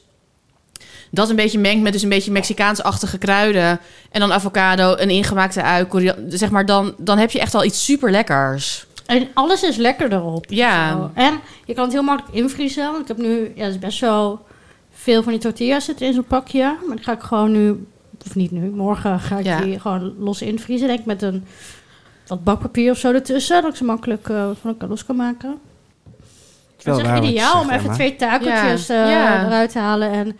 dat een beetje mengt... met dus een beetje Mexicaans-achtige kruiden... en dan avocado, een ingemaakte ui, korian- zeg maar... Dan, dan heb je echt al iets super lekkers. En alles is lekker erop. Ja. Zo. Oh, En je kan het heel makkelijk invriezen. Want ik heb nu, ja, dat is best wel veel van die tortillas zitten in zo'n pakje. Maar die ga ik gewoon nu, of niet nu, morgen ga ik Ja. die gewoon los invriezen. Denk ik met een wat bakpapier of zo ertussen. Dat ik ze makkelijk eh, van elkaar los kan maken. Wel Het is echt waar wat je ideaal zegt, om even Emma. twee takeltjes Ja. eh, Ja. eruit te halen. En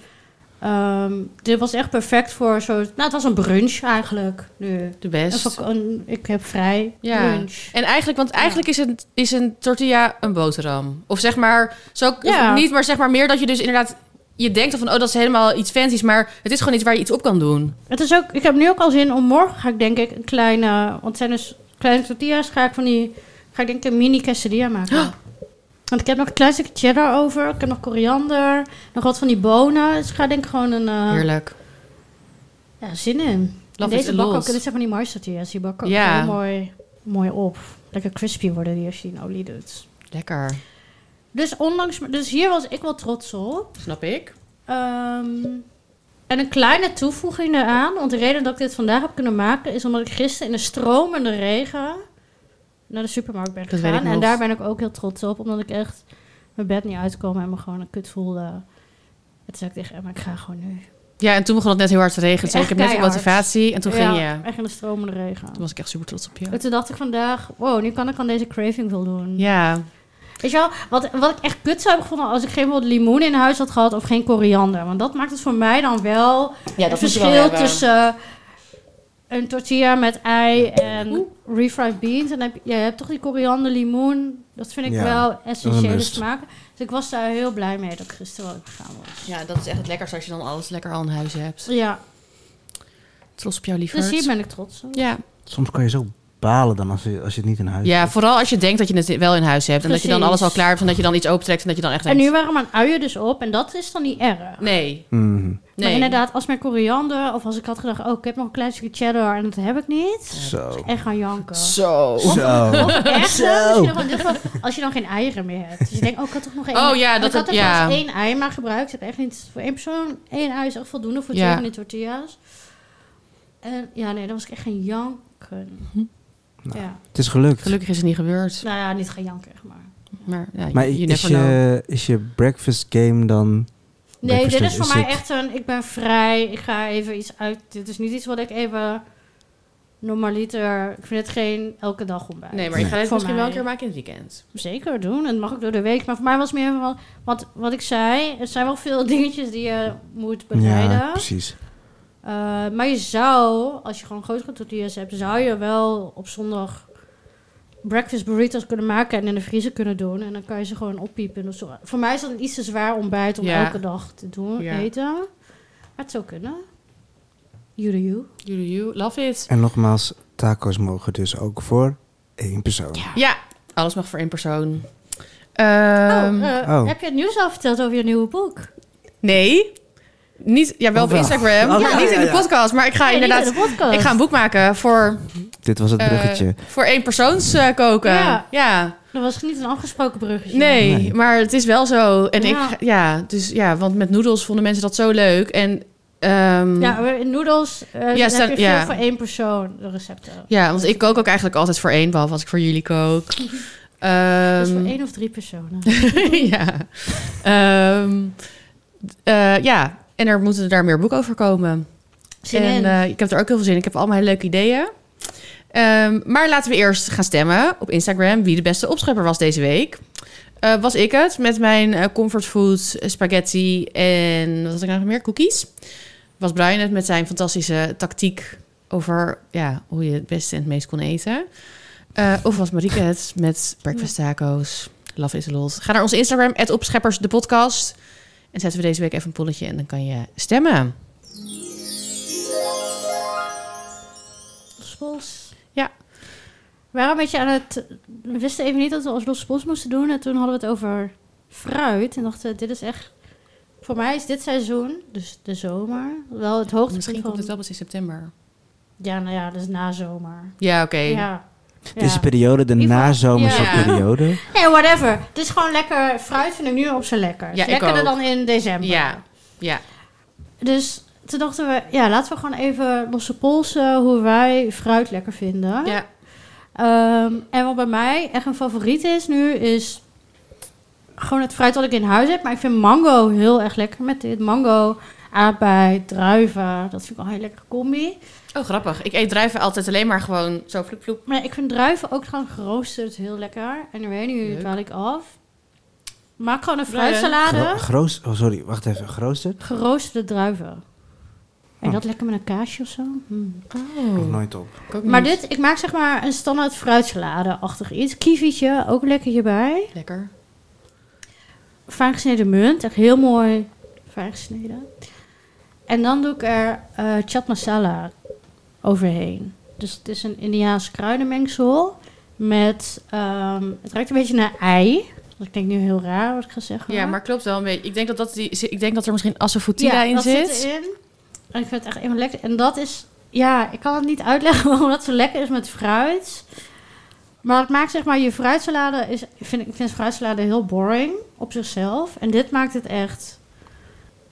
ehm, dit was echt perfect voor zo. Nou, het was een brunch eigenlijk nu. De best. Een vak- een- ik heb vrij Ja. brunch. En eigenlijk, want eigenlijk is, een, is een tortilla een boterham. Of zeg maar, zo Ja. of niet, maar zeg maar meer dat je dus inderdaad... Je denkt dan van, oh, dat is helemaal iets fancy's. Maar het is gewoon iets waar je iets op kan doen. Het is ook, ik heb nu ook al zin om morgen ga ik denk ik een kleine, want het zijn dus kleine tortillas, ga ik van die, ga ik denk ik een mini quesadilla maken. Oh. Want ik heb nog een klein stukje cheddar over, ik heb nog koriander, nog wat van die bonen, dus ik ga denk ik gewoon een, eh, Heerlijk. ja, zin in. En Love is deze bak ook, lost. dit zijn van die mars tortillas, die bakken ook Ja. heel mooi, mooi op. Lekker crispy worden die als je in olie doet. Lekker. Dus ondanks, dus hier was ik wel trots op. Snap ik. Ehm, en een kleine toevoeging eraan. Want de reden dat ik dit vandaag heb kunnen maken... is omdat ik gisteren in de stromende regen... naar de supermarkt ben Dat weet ik gegaan. nog. En daar ben ik ook heel trots op. Omdat ik echt mijn bed niet uitkwam en me gewoon een kut voelde. En toen zei ik tegen Emma, ik ga gewoon nu. Ja, en toen begon het net heel hard te regenen. Dus Echt ik heb net de keihard. motivatie. En toen Ja, ging je. Echt in de stromende regen. Toen was ik echt super trots op En je. toen dacht ik vandaag, wow, nu kan ik aan deze craving wel doen. Ja. Weet je wel, wat, wat ik echt kut zou hebben gevonden als ik geen bijvoorbeeld limoen in huis had gehad of geen koriander. Want dat maakt het voor mij dan wel Ja, het verschil tussen eh, een tortilla met ei en refried beans. En dan heb, je- ja, je hebt toch die koriander, limoen. Dat vind ik Ja, wel essentiële must. smaak. Dus ik was daar heel blij mee dat ik gisteren wel heb gegaan was. Ja, dat is echt het lekkerste als je dan alles lekker al in huis hebt. Ja, Trots op jou, lieverd. Dus hier ben ik trots op. Ja. Soms kan je zo balen dan als je, als je het niet in huis ja, hebt. vooral als je denkt dat je het wel in huis hebt. En dat je dan Precies. alles al klaar hebt. En dat je dan iets opentrekt. En dat je dan echt En denkt... nu waren mijn uien dus op en dat is dan niet erg. Nee, Mhm. nee. Maar inderdaad, als mijn koriander of als ik had gedacht, oh, ik heb nog een klein stukje cheddar en dat heb ik niet. Zo. En gaan janken. Zo. Zo. (laughs) Echt? Zo. hè? Als je, dan- dus wat- als je dan geen eieren meer hebt. Dus je denkt, oh, ik had toch nog één. Oh ja, En dat ik had het- echt ja. wel eens één ei maar gebruikt. Ik heb echt niet voor één persoon. één ei is echt voldoende voor Ja. twee van die tortillas. En ja, nee, dan was ik echt gaan janken. Nou. Ja. Het is gelukt. Gelukkig is het niet gebeurd. Nou ja, niet gaan janken, echt maar. Maar, ja, Maar you is, never know. je, is je breakfast game dan... Nee, Breakfast dit is is voor mij het. echt een. Ik ben vrij. Ik ga even iets uit. Dit is niet iets wat ik even normaliter. Ik vind het geen elke dag ontbijt. Nee, maar je gaat het Voor misschien wel een mij. keer maken in het weekend. Zeker doen. En dat mag ook door de week. Maar voor mij was het meer van. Wat, wat ik zei. Er zijn wel veel (laughs) dingetjes die je moet bereiden. Ja, precies. Eh, maar je zou, als je gewoon grotere tortillas hebt, zou je wel op zondag breakfast burritos kunnen maken en in de vriezer kunnen doen. En dan kan je ze gewoon oppiepen. Dus voor mij is dat een iets te zwaar ontbijt om Ja. elke dag te doen, Ja. eten. Maar het zou kunnen. You do you. You do you. Love it. En nogmaals, tacos mogen dus ook voor één persoon. Ja, alles mag voor één persoon. Ehm, oh, eh, oh. Heb je het nieuws al verteld over je nieuwe boek? Nee. Niet, ja, wel Oh, op wel. Instagram. Oh, ja, ja, niet ja, in de ja. podcast, maar ik ga Nee, niet inderdaad... in de podcast. Ik ga een boek maken voor, Dit was het eh, bruggetje. voor één persoons eh, koken. Ja. ja. Dat was niet een afgesproken bruggetje. Nee, Nee. maar het is wel zo. En Ja. ik, ja, dus ja, want met noedels vonden mensen dat zo leuk. En ehm, Ja, ja. maar in noedels eh Ja, heb staan- je veel ja. voor één persoon de recepten. want ik kook ook eigenlijk altijd voor één, behalve als ik voor jullie (laughs) kook. Ehm, dus voor één of drie personen. (laughs) ja. Ehm, d- eh, ja, en er moeten daar meer boeken over komen. Zin en in. eh, ik heb er ook heel veel zin in. Ik heb allemaal hele leuke ideeën. Ehm, maar laten we eerst gaan stemmen op Instagram wie de beste opschepper was deze week. Eh, was ik het met mijn eh, comfortfood, eh, spaghetti en wat had ik nou nog meer? Cookies. Was Brian het met zijn fantastische tactiek over ja, hoe je het beste en het meest kon eten. Eh, of was Marieke het met breakfast tacos? Love is a lot. Ga naar onze Instagram, opscheppers de podcast. En zetten we deze week even een polletje en dan kan je stemmen. Spols. Ja. We waren een beetje aan het... We wisten even niet dat we als los spols moesten doen. En toen hadden we het over fruit. En dachten, dit is echt... Voor mij is dit seizoen, dus de zomer, wel het hoogtepunt Misschien van... komt het wel pas in september. Ja, nou ja, dus na zomer. Ja, oké. Ja. ja. Deze periode, de In ieder geval- nazomerse Ja. periode. (laughs) Hey, whatever. Het is gewoon lekker... Fruit vind ik nu op zijn lekker. Ja, Ja, ik Lekkerder ook. dan in december. Ja. Ja. Dus toen dachten we, ja, laten we gewoon even losse polsen hoe wij fruit lekker vinden. ja. Ehm, en wat bij mij echt een favoriet is nu, is gewoon het fruit dat ik in huis heb. Maar ik vind mango heel erg lekker met dit. Mango, aardbei, druiven. Dat vind ik wel een hele lekkere combi. Oh, grappig. Ik eet druiven altijd alleen maar gewoon zo vloep vloep. Maar ik vind druiven ook gewoon geroosterd heel lekker. En nu weet nu Leuk. dwaal ik af. Maak gewoon een Bruin. Gro fruitsalade. groos- oh, sorry, wacht even. Geroosterd? Geroosterde druiven. En Hm. dat lekker met een kaasje of zo. Mm. Nog Oh. nooit op. Maar dit, ik maak zeg maar een standaard fruitsalade-achtig iets. Kievietje, ook lekker hierbij. Lekker. fijn gesneden munt. Echt heel mooi fijn gesneden. En dan doe ik er eh chat masala overheen. Dus het is een Indiaas kruidenmengsel met... ehm, het ruikt een beetje naar ei. Dat ik denk nu heel raar wat ik ga zeggen. Ja, maar klopt wel een beetje. Ik denk dat, dat, die, ik denk dat er misschien asafotida in dat zit. erin. En Oh, ik vind het echt even lekker. En dat is... Ja, ik kan het niet uitleggen (laughs) waarom dat zo lekker is met fruit. Maar het maakt zeg maar... Je fruitsalade is... Ik vind, ik vind fruitsalade heel boring op zichzelf. En dit maakt het echt...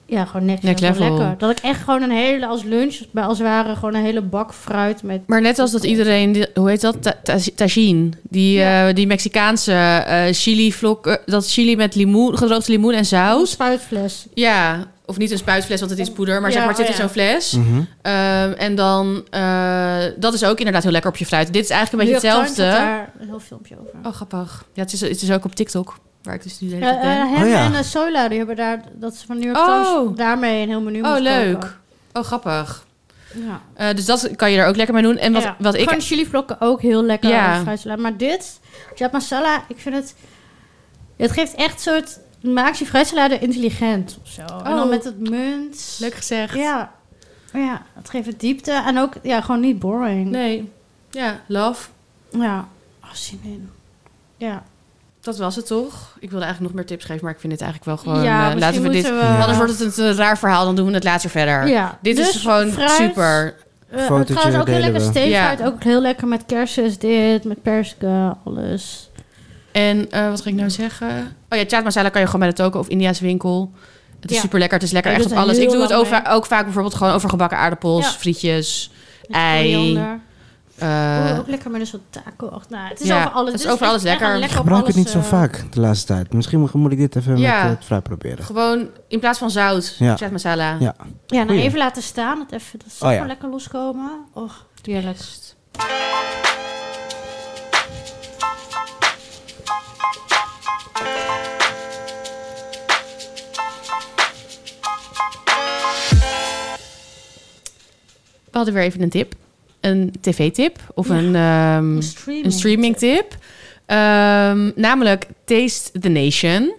Ja, gewoon niks. Next level. lekker. Dat ik echt gewoon een hele... Als lunch, bij- als het ware, gewoon een hele bak fruit met... Maar net als dat iedereen, die- hoe heet dat? Ta- ta- Tagine. Die, eh, die Mexicaanse eh, chili vlok, eh, dat chili met limoen, gedroogde limoen en saus. Spuitfles. Ja, of niet een spuitfles, want het is poeder, maar Ja, zeg maar, het zit oh in ja. zo'n fles. Mhm. Ehm, en dan, eh, dat is ook inderdaad heel lekker op je fruit. Dit is eigenlijk een New beetje York Times had hetzelfde. daar een heel filmpje over. Oh, grappig. Ja, het is, het is ook op TikTok, waar ik dus nu de hele Eh, tijd eh, ben. hem Oh ja. en eh, Sola, die hebben daar... Dat ze van New York Oh. Times daarmee een heel menu Oh, moest leuk. koken. Oh, grappig. Ja. Eh, dus dat kan je daar ook lekker mee doen. En wat, Ja, wat ik... Gewoon chilivlokken ook heel lekker. Ja. als fruitsalade. Maar dit, chat masala, ik vind het... Het geeft echt soort... Het maakt je fruitsalade intelligent of zo. En Oh. dan met het munt. Leuk gezegd. Ja. Maar ja, het geeft het diepte en ook ja, gewoon niet boring. Nee. Ja, love. Ja, oh, zin in. Ja, Dat was het toch? Ik wilde eigenlijk nog meer tips geven, maar ik vind het eigenlijk wel gewoon... ja eh, misschien laten we dit... moeten Ja. Anders wordt het een, eh, raar verhaal, dan doen we het later verder. Ja, Dit is dus gewoon fruit, super. eh, Fotootje trouwens ook heel delen lekker we. steefruit. Ja. Ook heel lekker met kerstjes, dit, met persiken, alles. En eh, wat ging ik nou zeggen? Oh ja, chaat masala kan je gewoon bij de toko of India's winkel. Het is Ja. super lekker. Het is lekker Ik echt doe op het alles. Ik heel doe het lang over, ook vaak bijvoorbeeld gewoon over gebakken aardappels, Ja. frietjes. Met Ei. koriander. eh, Oeh, ook lekker met een soort taco. Och, nou, het is ja, over alles. het is Dit over alles echt- echt lekker. een Ik op gebruik het alles, niet zo eh, vaak de laatste tijd. Misschien moet- moet ik dit even Ja. met eh, het fruit proberen. gewoon in plaats van zout, Ja. chaat masala. Ja. Ja, nou Goeie. even laten staan. Het even dat ze Oh, ja. gewoon lekker loskomen. Och, heerlijk. We hadden weer even een tip. Een tv-tip of een, ehm, Een streaming. een streaming tip. Ehm, namelijk Taste the Nation.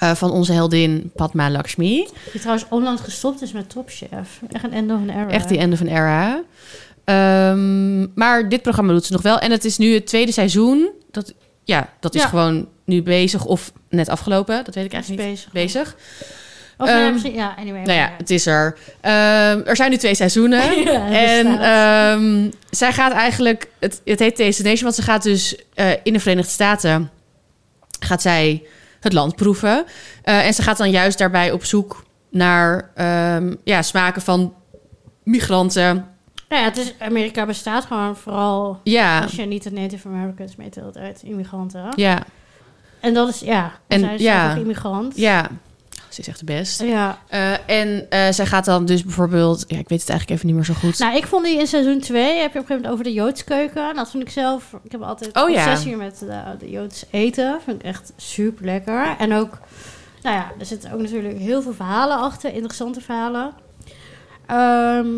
eh, van onze heldin Padma Lakshmi. Die trouwens onlangs gestopt is met Top Chef. Echt een end of an era. Echt die end of an era. Ehm, maar dit programma doet ze nog wel. En het is nu het tweede seizoen. Dat, ja, dat is Ja. gewoon nu bezig of net afgelopen. Dat weet ik is eigenlijk niet. bezig. Bezig. Of nou ja, Ehm, misschien- ja, anyway. Nou ja, het is er. Ehm, er zijn nu twee seizoenen. (laughs) Ja, er en staat. ehm, zij gaat eigenlijk... Het, het heet Taste the Nation, want ze gaat dus eh, in de Verenigde Staten... gaat zij het land proeven. Eh, en ze gaat dan juist daarbij op zoek naar ehm, ja, smaken van migranten. Nou ja, het is, Amerika bestaat gewoon vooral... Ja, Als je niet de Native Americans meetelt uit immigranten. ja, En dat is, ja. En En, zij is ja. zelf ook immigrant. ja. Ze is echt de best. Ja. Eh, en eh, zij gaat dan dus bijvoorbeeld... Ja, ik weet het eigenlijk even niet meer zo goed. Nou, ik vond die in seizoen 2, heb je op een gegeven moment over de Joodskeuken. En dat vond ik zelf, ik heb altijd Oh, ja. obsessie met eh, de Joods eten. Vind ik echt super lekker. En ook, nou ja, er zitten ook natuurlijk heel veel verhalen achter, interessante verhalen. Ehm,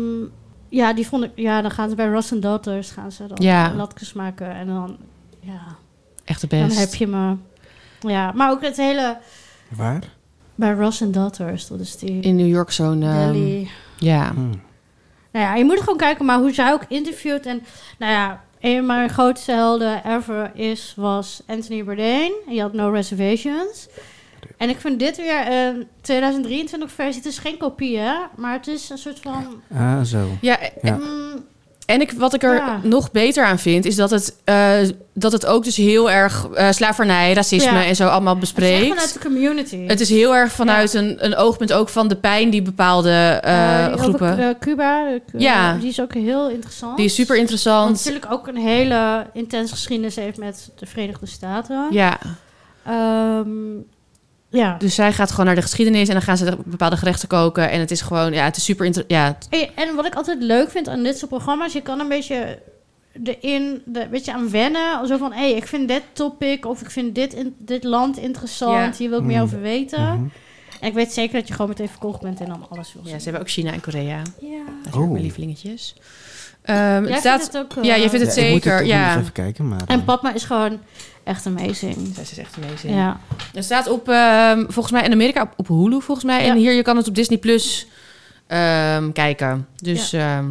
ja, die vond ik, ja, dan gaan ze bij Ross Daughters, gaan ze dan Ja. latkes maken. En dan, ja, echt de dan best. heb je me. Ja, maar ook het hele, Waar? bij Ross Daughters, dat is die In New York zo'n... ehm, deli. ja. Hmm. Nou ja, je moet gewoon kijken, maar hoe zij ook interviewt. En nou ja, een van mijn grootste helden ever is, was Anthony Bourdain. Je had No Reservations. En ik vind dit weer een 2023 versie. Het is geen kopie, hè? Maar het is een soort van... Ah, zo. Ja, Ja. mm, en ik, wat ik er Ja. nog beter aan vind, is dat het, eh, dat het ook dus heel erg eh, slavernij, racisme Ja. en zo allemaal het is echt bespreekt. vanuit de community. Het is heel erg vanuit een, een oogpunt ook van de pijn die bepaalde eh, Eh, die groepen. Over, eh, Cuba, eh, Cu- Ja. die is ook heel interessant. die is super Want interessant. natuurlijk ook een hele intense geschiedenis heeft met de Verenigde Staten. Ja, Ehm, ja. dus zij gaat gewoon naar de geschiedenis en dan gaan ze de- bepaalde gerechten koken. En het is gewoon, ja, het is super interessant. Ja, het- Hey, en wat ik altijd leuk vind aan dit soort programma's, je kan een beetje erin, de, een beetje aan wennen. Zo van, hé, hey, ik vind dit topic of ik vind dit, in, dit land interessant, Ja. hier wil ik meer Mm. over weten. Mhm. En ik weet zeker dat je gewoon meteen verkocht bent en dan alles wil ja, zien. ze hebben ook China en Korea. Ja. Dat zijn Oh. mijn lievelingetjes. Ehm, Jij het staat, vindt het ook... eh, ja, jij vindt het Ja, ik moet zeker, ook ja. nog eens even kijken, maar... En eh, Padma is gewoon echt amazing. Zij is echt amazing. Ja. Het staat op, ehm, volgens mij in Amerika, op, op Hulu volgens mij. En Ja. hier, je kan het op Disney Plus ehm, kijken. Dus ehm,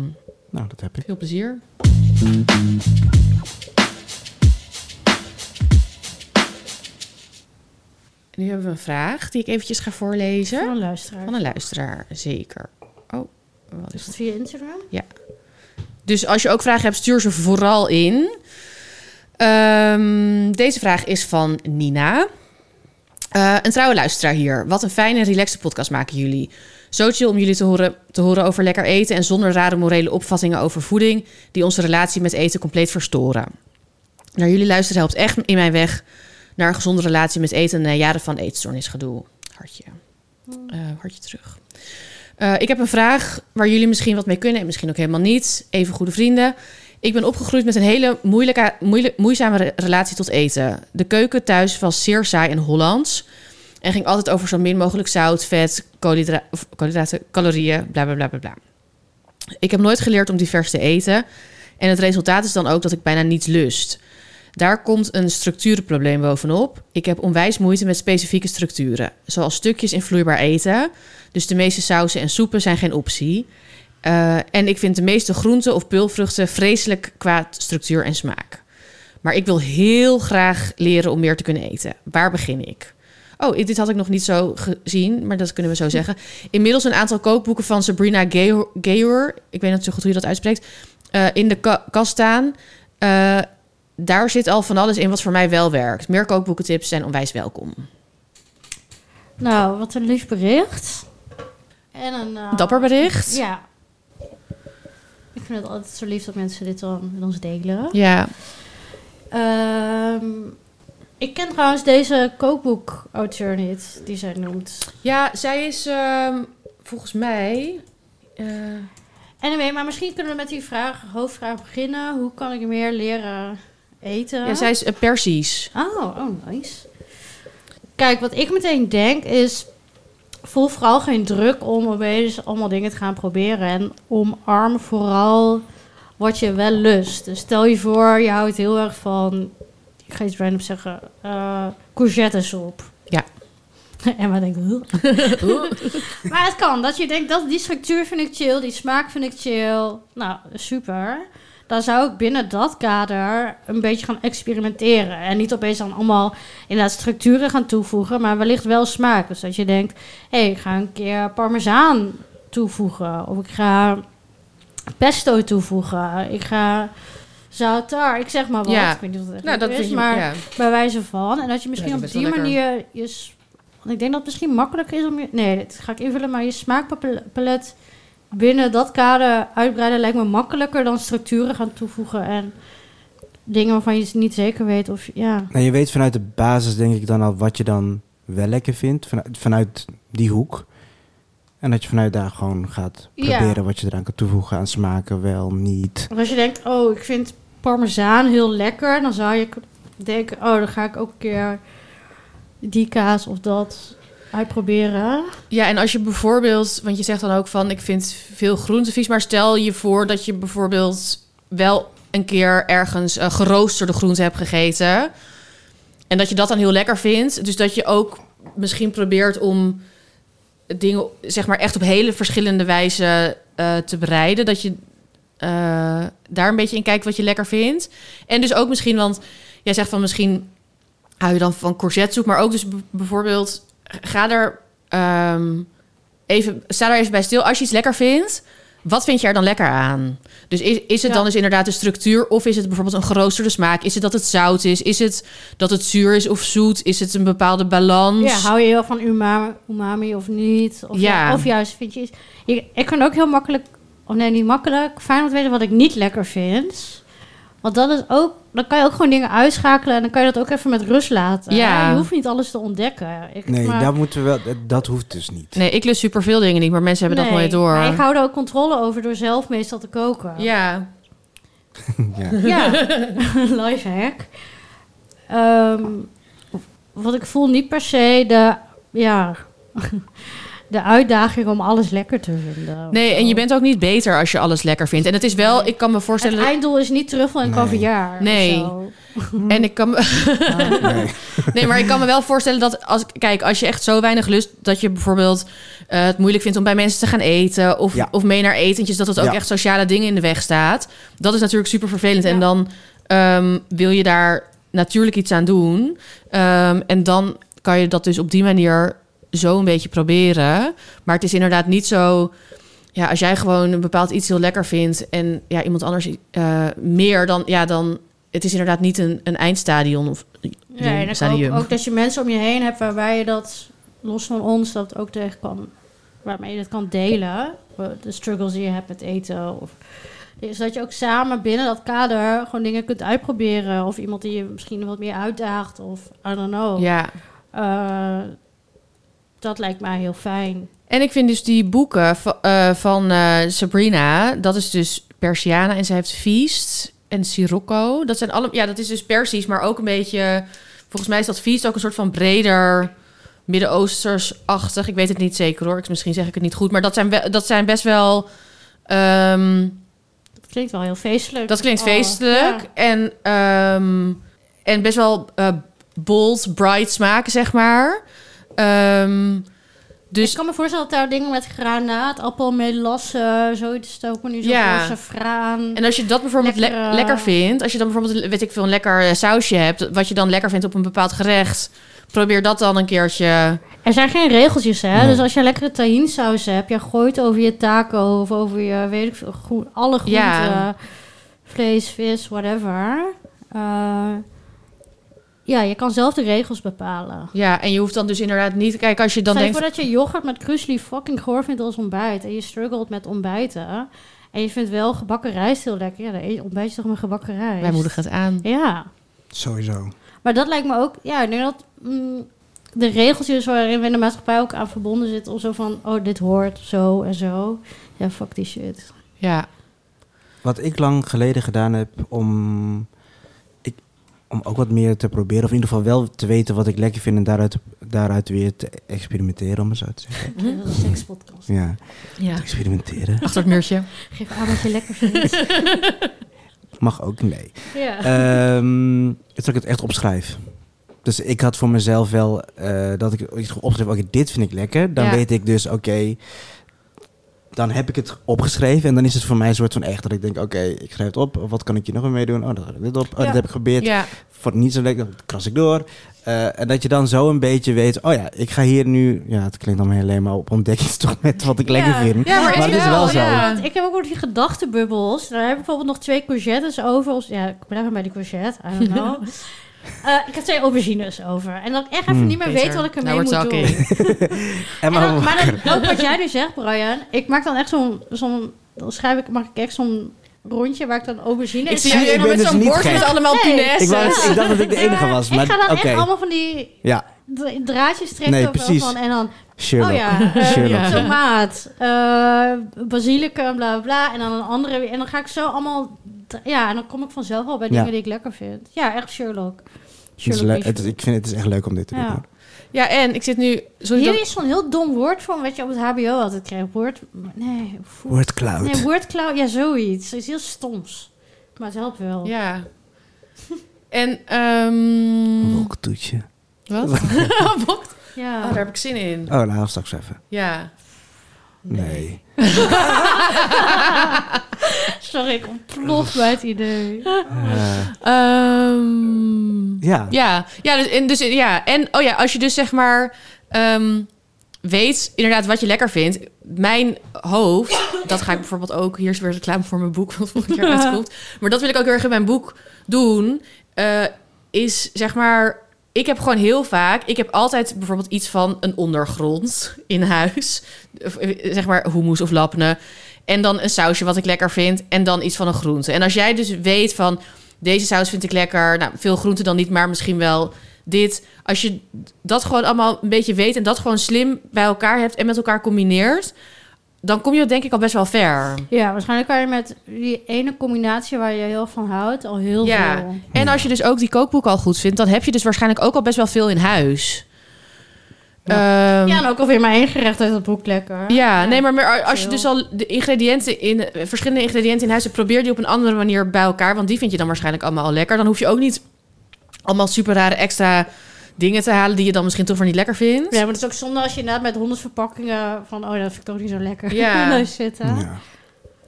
Nou, dat heb ik. veel plezier. Nu hebben we een vraag die ik eventjes ga Van voorlezen. een luisteraar. Van een luisteraar, zeker. Oh, wat Is is dat via Instagram? dus als je ook vragen hebt, stuur ze vooral in. Ehm, deze vraag is van Nina. Eh, een trouwe luisteraar hier. Wat een fijne en relaxte podcast maken jullie. Zo chill om jullie te horen, te horen over lekker eten... en zonder rare morele opvattingen over voeding... die onze relatie met eten compleet verstoren. Naar jullie luisteren helpt echt in mijn weg... naar een gezonde relatie met eten... na jaren van eetstoornisgedoe. Hartje. Eh, hartje terug. Eh, ik heb een vraag waar jullie misschien wat mee kunnen en misschien ook helemaal niet. Even goede vrienden. Ik ben opgegroeid met een hele moeilijke, moeile- moeizame re- relatie tot eten. De keuken thuis was zeer saai en Hollands. En ging altijd over zo min mogelijk zout, vet, koolhydra- of koolhydraten, calorieën, bla bla bla bla bla. Ik heb nooit geleerd om divers te eten. En het resultaat is dan ook dat ik bijna niets lust. Daar komt een structurenprobleem bovenop. Ik heb onwijs moeite met specifieke structuren. Zoals stukjes in vloeibaar eten. Dus de meeste sausen en soepen zijn geen optie. Eh, en ik vind de meeste groenten of peulvruchten vreselijk qua structuur en smaak. Maar ik wil heel graag leren om meer te kunnen eten. Waar begin ik? Oh, dit had ik nog niet zo gezien, maar dat (laughs) kunnen we zo zeggen. Inmiddels een aantal kookboeken van Sabrina Gay- Gayor. Ik weet niet zo goed hoe je dat uitspreekt. eh, in de ka- kast staan. Eh, daar zit al van alles in wat voor mij wel werkt. Meer kookboekentips zijn onwijs welkom. Nou, wat een lief bericht. En een... eh, Dapper bericht. Ja. Ik vind het altijd zo lief dat mensen dit dan met ons delen. Ja. Ehm, ik ken trouwens deze kookboek-auteur niet, die zij noemt. Ja, zij is ehm, volgens mij. eh, Anyway, maar misschien kunnen we met die vraag, hoofdvraag beginnen. Hoe kan ik meer leren eten? ja, zij is eh, Persisch. Oh, oh, nice. Kijk, wat ik meteen denk is... Voel vooral geen druk om opeens allemaal dingen te gaan proberen. En omarm vooral wat je wel lust. Dus stel je voor, je houdt heel erg van... Ik ga iets random zeggen. eh courgettesoep. Ja. (laughs) Emma denkt... "Huh?" (laughs) maar het kan. Dat je denkt, dat, die structuur vind ik chill. Die smaak vind ik chill. Nou, super dan zou ik binnen dat kader een beetje gaan experimenteren. En niet opeens dan allemaal inderdaad structuren gaan toevoegen, maar wellicht wel smaak. Dus dat je denkt, hé, hey, ik ga een keer parmezaan toevoegen. Of ik ga pesto toevoegen. Ik ga zautar. Ik zeg maar wat. Ja. Ik weet niet of dat Nou, dat is, vind je, maar ja. bij wijze van. En dat je misschien Ja, op dat is die wel lekker. manier je... s- Want ik denk dat het misschien makkelijker is om je... Nee, dat ga ik invullen. Maar je smaakpalet binnen dat kader uitbreiden... lijkt me makkelijker dan structuren gaan toevoegen. En dingen waarvan je niet zeker weet of... Ja, Nou, je weet vanuit de basis denk ik dan al wat je dan wel lekker vindt. Vanuit, vanuit die hoek. En dat je vanuit daar gewoon gaat Ja. proberen wat je eraan kan toevoegen. Aan smaken wel, niet. Want als je denkt, oh, ik vind parmezaan heel lekker... dan zou je k- denken, oh, dan ga ik ook een keer die kaas of dat uitproberen. Ja, en als je bijvoorbeeld, want je zegt dan ook van ik vind veel groenten vies, maar stel je voor dat je bijvoorbeeld wel een keer ergens eh, geroosterde groenten hebt gegeten. En dat je dat dan heel lekker vindt. Dus dat je ook misschien probeert om dingen zeg maar echt op hele verschillende wijze eh, te bereiden. Dat je eh, daar een beetje in kijkt wat je lekker vindt. En dus ook misschien, want jij zegt van misschien hou je dan van courgettesoep, maar ook dus b- bijvoorbeeld ga er ehm, even, sta daar even bij stil. Als je iets lekker vindt, wat vind je er dan lekker aan? Dus is, is het Ja. dan dus inderdaad de structuur of is het bijvoorbeeld een geroosterde smaak? Is het dat het zout is? Is het dat het zuur is of zoet? Is het een bepaalde balans? Ja, hou je heel van umami, umami of niet? Of, Ja. ju- of juist vind je iets... Ik, ik kan ook heel makkelijk... Of nee, niet makkelijk. Fijn om te weten wat ik niet lekker vind. Want dat is ook... Dan kan je ook gewoon dingen uitschakelen... en dan kan je dat ook even met rust laten. Ja. Je hoeft niet alles te ontdekken. Ik, Nee, maar- daar moeten we wel, dat- dat hoeft dus niet. Nee, ik lust superveel dingen niet, maar mensen hebben Nee, dat nooit door. Maar ik hou er ook controle over door zelf meestal te koken. Ja. (laughs) Ja. Ja, (laughs) lifehack. Ehm wat ik voel niet per se de, ja, (laughs) de uitdaging om alles lekker te vinden. of Nee, en zo. je bent ook niet beter als je alles lekker vindt. En het is wel, ik kan me Het voorstellen. einddoel is niet terug van een Nee. caviar. of Nee. zo. En ik kan me, Nee. nee, maar ik kan me wel voorstellen dat als kijk, als je echt zo weinig lust, dat je bijvoorbeeld eh, het moeilijk vindt om bij mensen te gaan eten of, Ja. of mee naar etentjes, dat het ook Ja. echt sociale dingen in de weg staat. Dat is natuurlijk super vervelend. Ja. En dan ehm, wil je daar natuurlijk iets aan doen. Ehm, en dan kan je dat dus op die manier zo een beetje proberen. Maar het is inderdaad niet zo. Ja, als jij gewoon een bepaald iets heel lekker vindt en ja, iemand anders eh, meer, dan ja, dan het is inderdaad niet een, een eindstadion of Ja, en dan Stadium. ook, ook dat je mensen om je heen hebt waarbij je dat, los van ons, dat ook tegen kan. Waarmee je dat kan delen. Eh, De struggles die je hebt met eten. Of, dus dat je ook samen binnen dat kader gewoon dingen kunt uitproberen. Of iemand die je misschien wat meer uitdaagt. Of I don't know. ja. Eh, dat lijkt mij heel fijn. En ik vind dus die boeken va- eh, van eh, Sabrina, dat is dus Persiana en zij heeft Feast en Sirocco. Dat zijn alle, ja, dat is dus Persisch, maar ook een beetje, volgens mij is dat Feast ook een soort van breder Midden-Oosters-achtig. Ik weet het niet zeker hoor, ik, misschien zeg ik het niet goed, maar dat zijn, we- dat zijn best wel, ehm, Dat klinkt wel heel feestelijk. dat klinkt Oh, feestelijk ja. en, ehm, en best wel eh, bold, bright smaken, zeg maar. Ehm, Dus ik kan me voorstellen dat daar dingen met granaat, appelmelassen, zoiets stoken nu zo Ja. ja. fraan. En als je dat bijvoorbeeld le- Lekker, eh, lekker vindt, als je dan bijvoorbeeld, weet ik veel, een lekker eh, sausje hebt, wat je dan lekker vindt op een bepaald gerecht, probeer dat dan een keertje. Er zijn geen regeltjes, hè? Nee. Dus als je lekkere tahinsaus hebt, je gooit over je taco of over je, weet ik veel, groen, alle groenten, Ja. vlees, vis, whatever. Eh, ja, je kan zelf de regels bepalen. Ja, en je hoeft dan dus inderdaad niet. Kijk, als je dan Dan Stel je denkt. voor dat je yoghurt met krusli fucking goor vindt als ontbijt en je struggelt met ontbijten en je vindt wel gebakken rijst heel lekker, ja, dan eet je- ontbijt je toch met gebakken rijst. Wij moedigen het aan. Ja. Sowieso. Maar dat lijkt me ook, ja, ik denk dat mm, de regeltjes waarin we in de maatschappij ook aan verbonden zitten, of zo van, oh, dit hoort zo en zo. Ja, fuck die shit. Ja, Wat ik lang geleden gedaan heb om, ik, om ook wat meer te proberen. Of in ieder geval wel te weten wat ik lekker vind. En daaruit, daaruit weer te experimenteren, om het zo te zeggen. Oké, Dat is een sekspodcast. Ja, ja. te experimenteren. Achter het (laughs) muurtje. Geef aan wat je lekker (laughs) vindt. Mag ook, nee. ja. Ehm, dat ik het echt opschrijf. Dus ik had voor mezelf wel eh, dat ik iets opschrijf. Oké, dit vind ik lekker. Dan Ja. weet ik dus, oké. dan heb ik het opgeschreven en dan is het voor mij een soort van echt dat ik denk, oké, ik schrijf het op. Wat kan ik hier nog mee doen? Oh, dan ga ik dit op. Oh, Ja. dat heb ik geprobeerd. Ja, Vond het niet zo lekker, dan kras ik door. Eh, en dat je dan zo een beetje weet, oh ja, ik ga hier nu... Ja, het klinkt allemaal heel leem, maar op ontdekkingstocht met wat ik lekker vind. Ja, maar maar het is wel zo. ja. Want ik heb ook nog die gedachtenbubbels. Daar heb ik bijvoorbeeld nog twee courgettes over. Of- Ja, ik blijf maar bij die courgette. I don't (laughs) know. Eh, ik heb twee aubergines over. En dat ik echt even Hmm. niet meer weet wat ik ermee Nou, moet we're doen. talking. En En maar, dan- maar dan, ook wat jij nu zegt, Brian. Ik maak dan echt zo'n... zo'n dan schrijf ik, maak ik echt zo'n rondje waar ik dan aubergine... (laughs) Ik en zie zie- jullie ik ben helemaal dus met zo'n niet bord gek. met allemaal Nee. (laughs) ik, punaises. wou net- ik dacht dat ik de enige was, maar ik ga dan oké. echt allemaal van die Ja, dra- draadjes trekken. Nee, of zo precies. Van, en dan, Sherlock. oh (laughs) ja, eh, Sherlock. ja. tomaat, eh, basilicum, bla bla bla. En dan een andere weer. En dan ga ik zo allemaal... dra- Ja, en dan kom ik vanzelf al bij dingen Ja. die ik lekker vind. Ja, echt Sherlock. Het is Sherlock leuk- het is- Holmes. ik vind het is echt leuk om dit te doen. Ja. hoor. Ja, en ik zit nu. Sorry, Hier dat, is zo'n heel dom woord van wat je op het HBO altijd kreeg. Woord... Nee, voer- Word cloud. Nee, wordcloud, ja, zoiets. Het is heel stoms. Maar het helpt wel. ja. En, ehm Wolktoetje. wat? Bokt? Ja. Oh, daar heb ik zin in. Oh, nou, straks even. (laughs) Ja. Nee. Sorry, ik ontplof bij het idee. Eh, Ehm (laughs) ja. Ja, ja, dus, en, dus, ja. en oh ja, als je dus zeg maar ehm, weet inderdaad wat je lekker vindt. Mijn hoofd, dat ga ik bijvoorbeeld ook, hier is weer reclame voor mijn boek, wat volgend jaar uitkomt. Maar dat wil ik ook heel erg in mijn boek doen. eh, is zeg maar, ik heb gewoon heel vaak, ik heb altijd bijvoorbeeld iets van een ondergrond in huis. Of, eh, Zeg maar hummus of lapne. En dan een sausje wat ik lekker vind. En dan iets van een groente. En als jij dus weet van, deze saus vind ik lekker. Nou, veel groenten dan niet, maar misschien wel dit. Als je dat gewoon allemaal een beetje weet en dat gewoon slim bij elkaar hebt en met elkaar combineert, dan kom je denk ik al best wel ver. Ja, waarschijnlijk kan je met die ene combinatie waar je heel van houdt al heel Ja. veel. En als je dus ook die kookboeken al goed vindt, dan heb je dus waarschijnlijk ook al best wel veel in huis. Ehm, Ja, en ook alweer maar één gerecht uit dat boek lekker. Ja, nee, maar meer a- als je chill. dus al de ingrediënten in eh, verschillende ingrediënten in huis hebt, probeer die op een andere manier bij elkaar, want die vind je dan waarschijnlijk allemaal al lekker. Dan hoef je ook niet allemaal super rare extra dingen te halen die je dan misschien toch weer niet lekker vindt. Ja, maar het is ook zonde als je inderdaad met honderd verpakkingen van... oh, dat vind ik toch niet zo lekker Ja. (laughs) in huis zitten. Ja.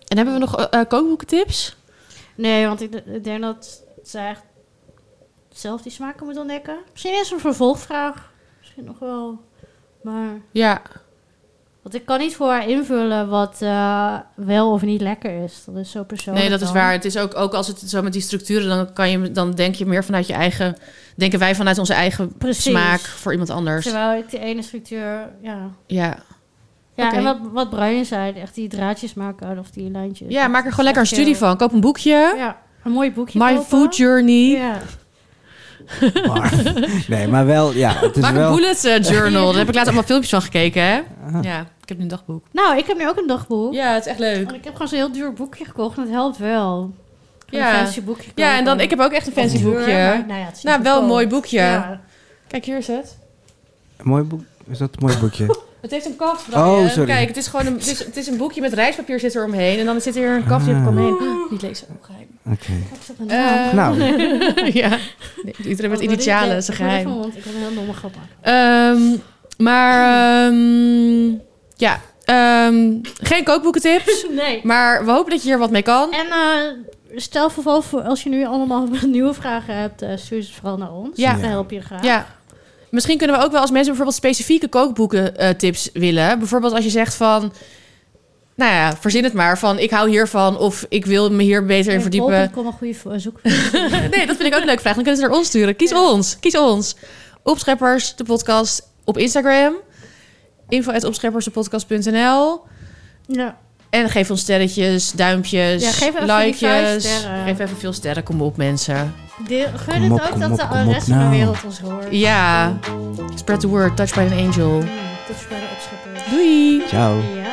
En hebben we nog eh, eh, kookboekentips? Nee, want ik, d- ik denk dat ze echt zelf die smaken moeten ontdekken. Misschien is een vervolgvraag. Misschien nog wel. Maar... Ja. Want ik kan niet voor haar invullen wat eh, wel of niet lekker is. Dat is zo persoonlijk. Nee, dat is dan. waar. Het is ook, ook als het zo met die structuren, dan, kan je, dan denk je meer vanuit je eigen... Denken wij vanuit onze eigen Precies. smaak voor iemand anders. Terwijl ik de ene structuur, ja. Ja. Ja, Oké. en wat, wat Brian zei, echt die draadjes maken of die lijntjes. ja, maak er gewoon lekker Dat een is echt studie heel- van. Koop een boekje. Ja, een mooi boekje My kopen. Food Journey. (laughs) Ja. Maar- nee, maar wel, ja. Het is Maak wel... een bullet eh, journal. Daar heb ik laatst allemaal filmpjes van gekeken, hè? Ah. Ja, ik heb nu een dagboek. Nou, ik heb nu ook een dagboek. Ja, het is echt leuk. En ik heb gewoon zo'n heel duur boekje gekocht en dat helpt wel. Ik heb Ja. Een fancy boekje Ja, en dan, ik heb ook echt een fancy boekje. nou, ja, het Nou, is niet wel een goedkoop. mooi boekje. Ja. Kijk, hier is het. Een mooi boek. Is dat een mooi boekje? Het heeft een kaft, Brian. Oh, sorry. Kijk, het is gewoon een, het is, het is een boekje met rijstpapier zit er omheen. En dan zit er hier een kaft die er Ah. omheen. Oh. Niet lezen, ongeheim. Oké. Ik zat aan de hand. Eh, Nou. (laughs) (laughs) ja. Nee, iedereen met Oh, dat initialen, is deed- een dat deed ik eh, geheim. (laughs) van, want Ik heb een heel domme grap maken. Ehm, Maar ehm, ja, ehm, geen kookboekentips. Dus Nee. Maar we hopen dat je hier wat mee kan. En eh, stel vooral voor als je nu allemaal (laughs) nieuwe vragen hebt, eh, stuur ze vooral naar ons. Ja. We helpen je graag. Ja. Misschien kunnen we ook wel als mensen bijvoorbeeld specifieke kookboeken eh, tips willen. Bijvoorbeeld als je zegt van, nou ja, verzin het maar van ik hou hiervan of ik wil me hier beter in verdiepen. Kom een goede vo- zoek. (laughs) (laughs) nee, dat vind ik ook een leuk vraag. Dan kunnen ze naar ons sturen. Kies Ja. ons, kies ons. Opscheppers, de podcast op Instagram. info@opscheppersdepodcast.nl ja. En geef ons sterretjes, duimpjes, Ja, geef even die vijf likejes. sterren. Geef even veel sterren, kom op mensen. Deel, gun Kom het op, ook kom dat op, de kom op rest van de nou. wereld ons hoort. Ja, spread the word, touched by an angel. Hmm, Mm, Tot bij de opschepper. Doei! Ciao. Ja.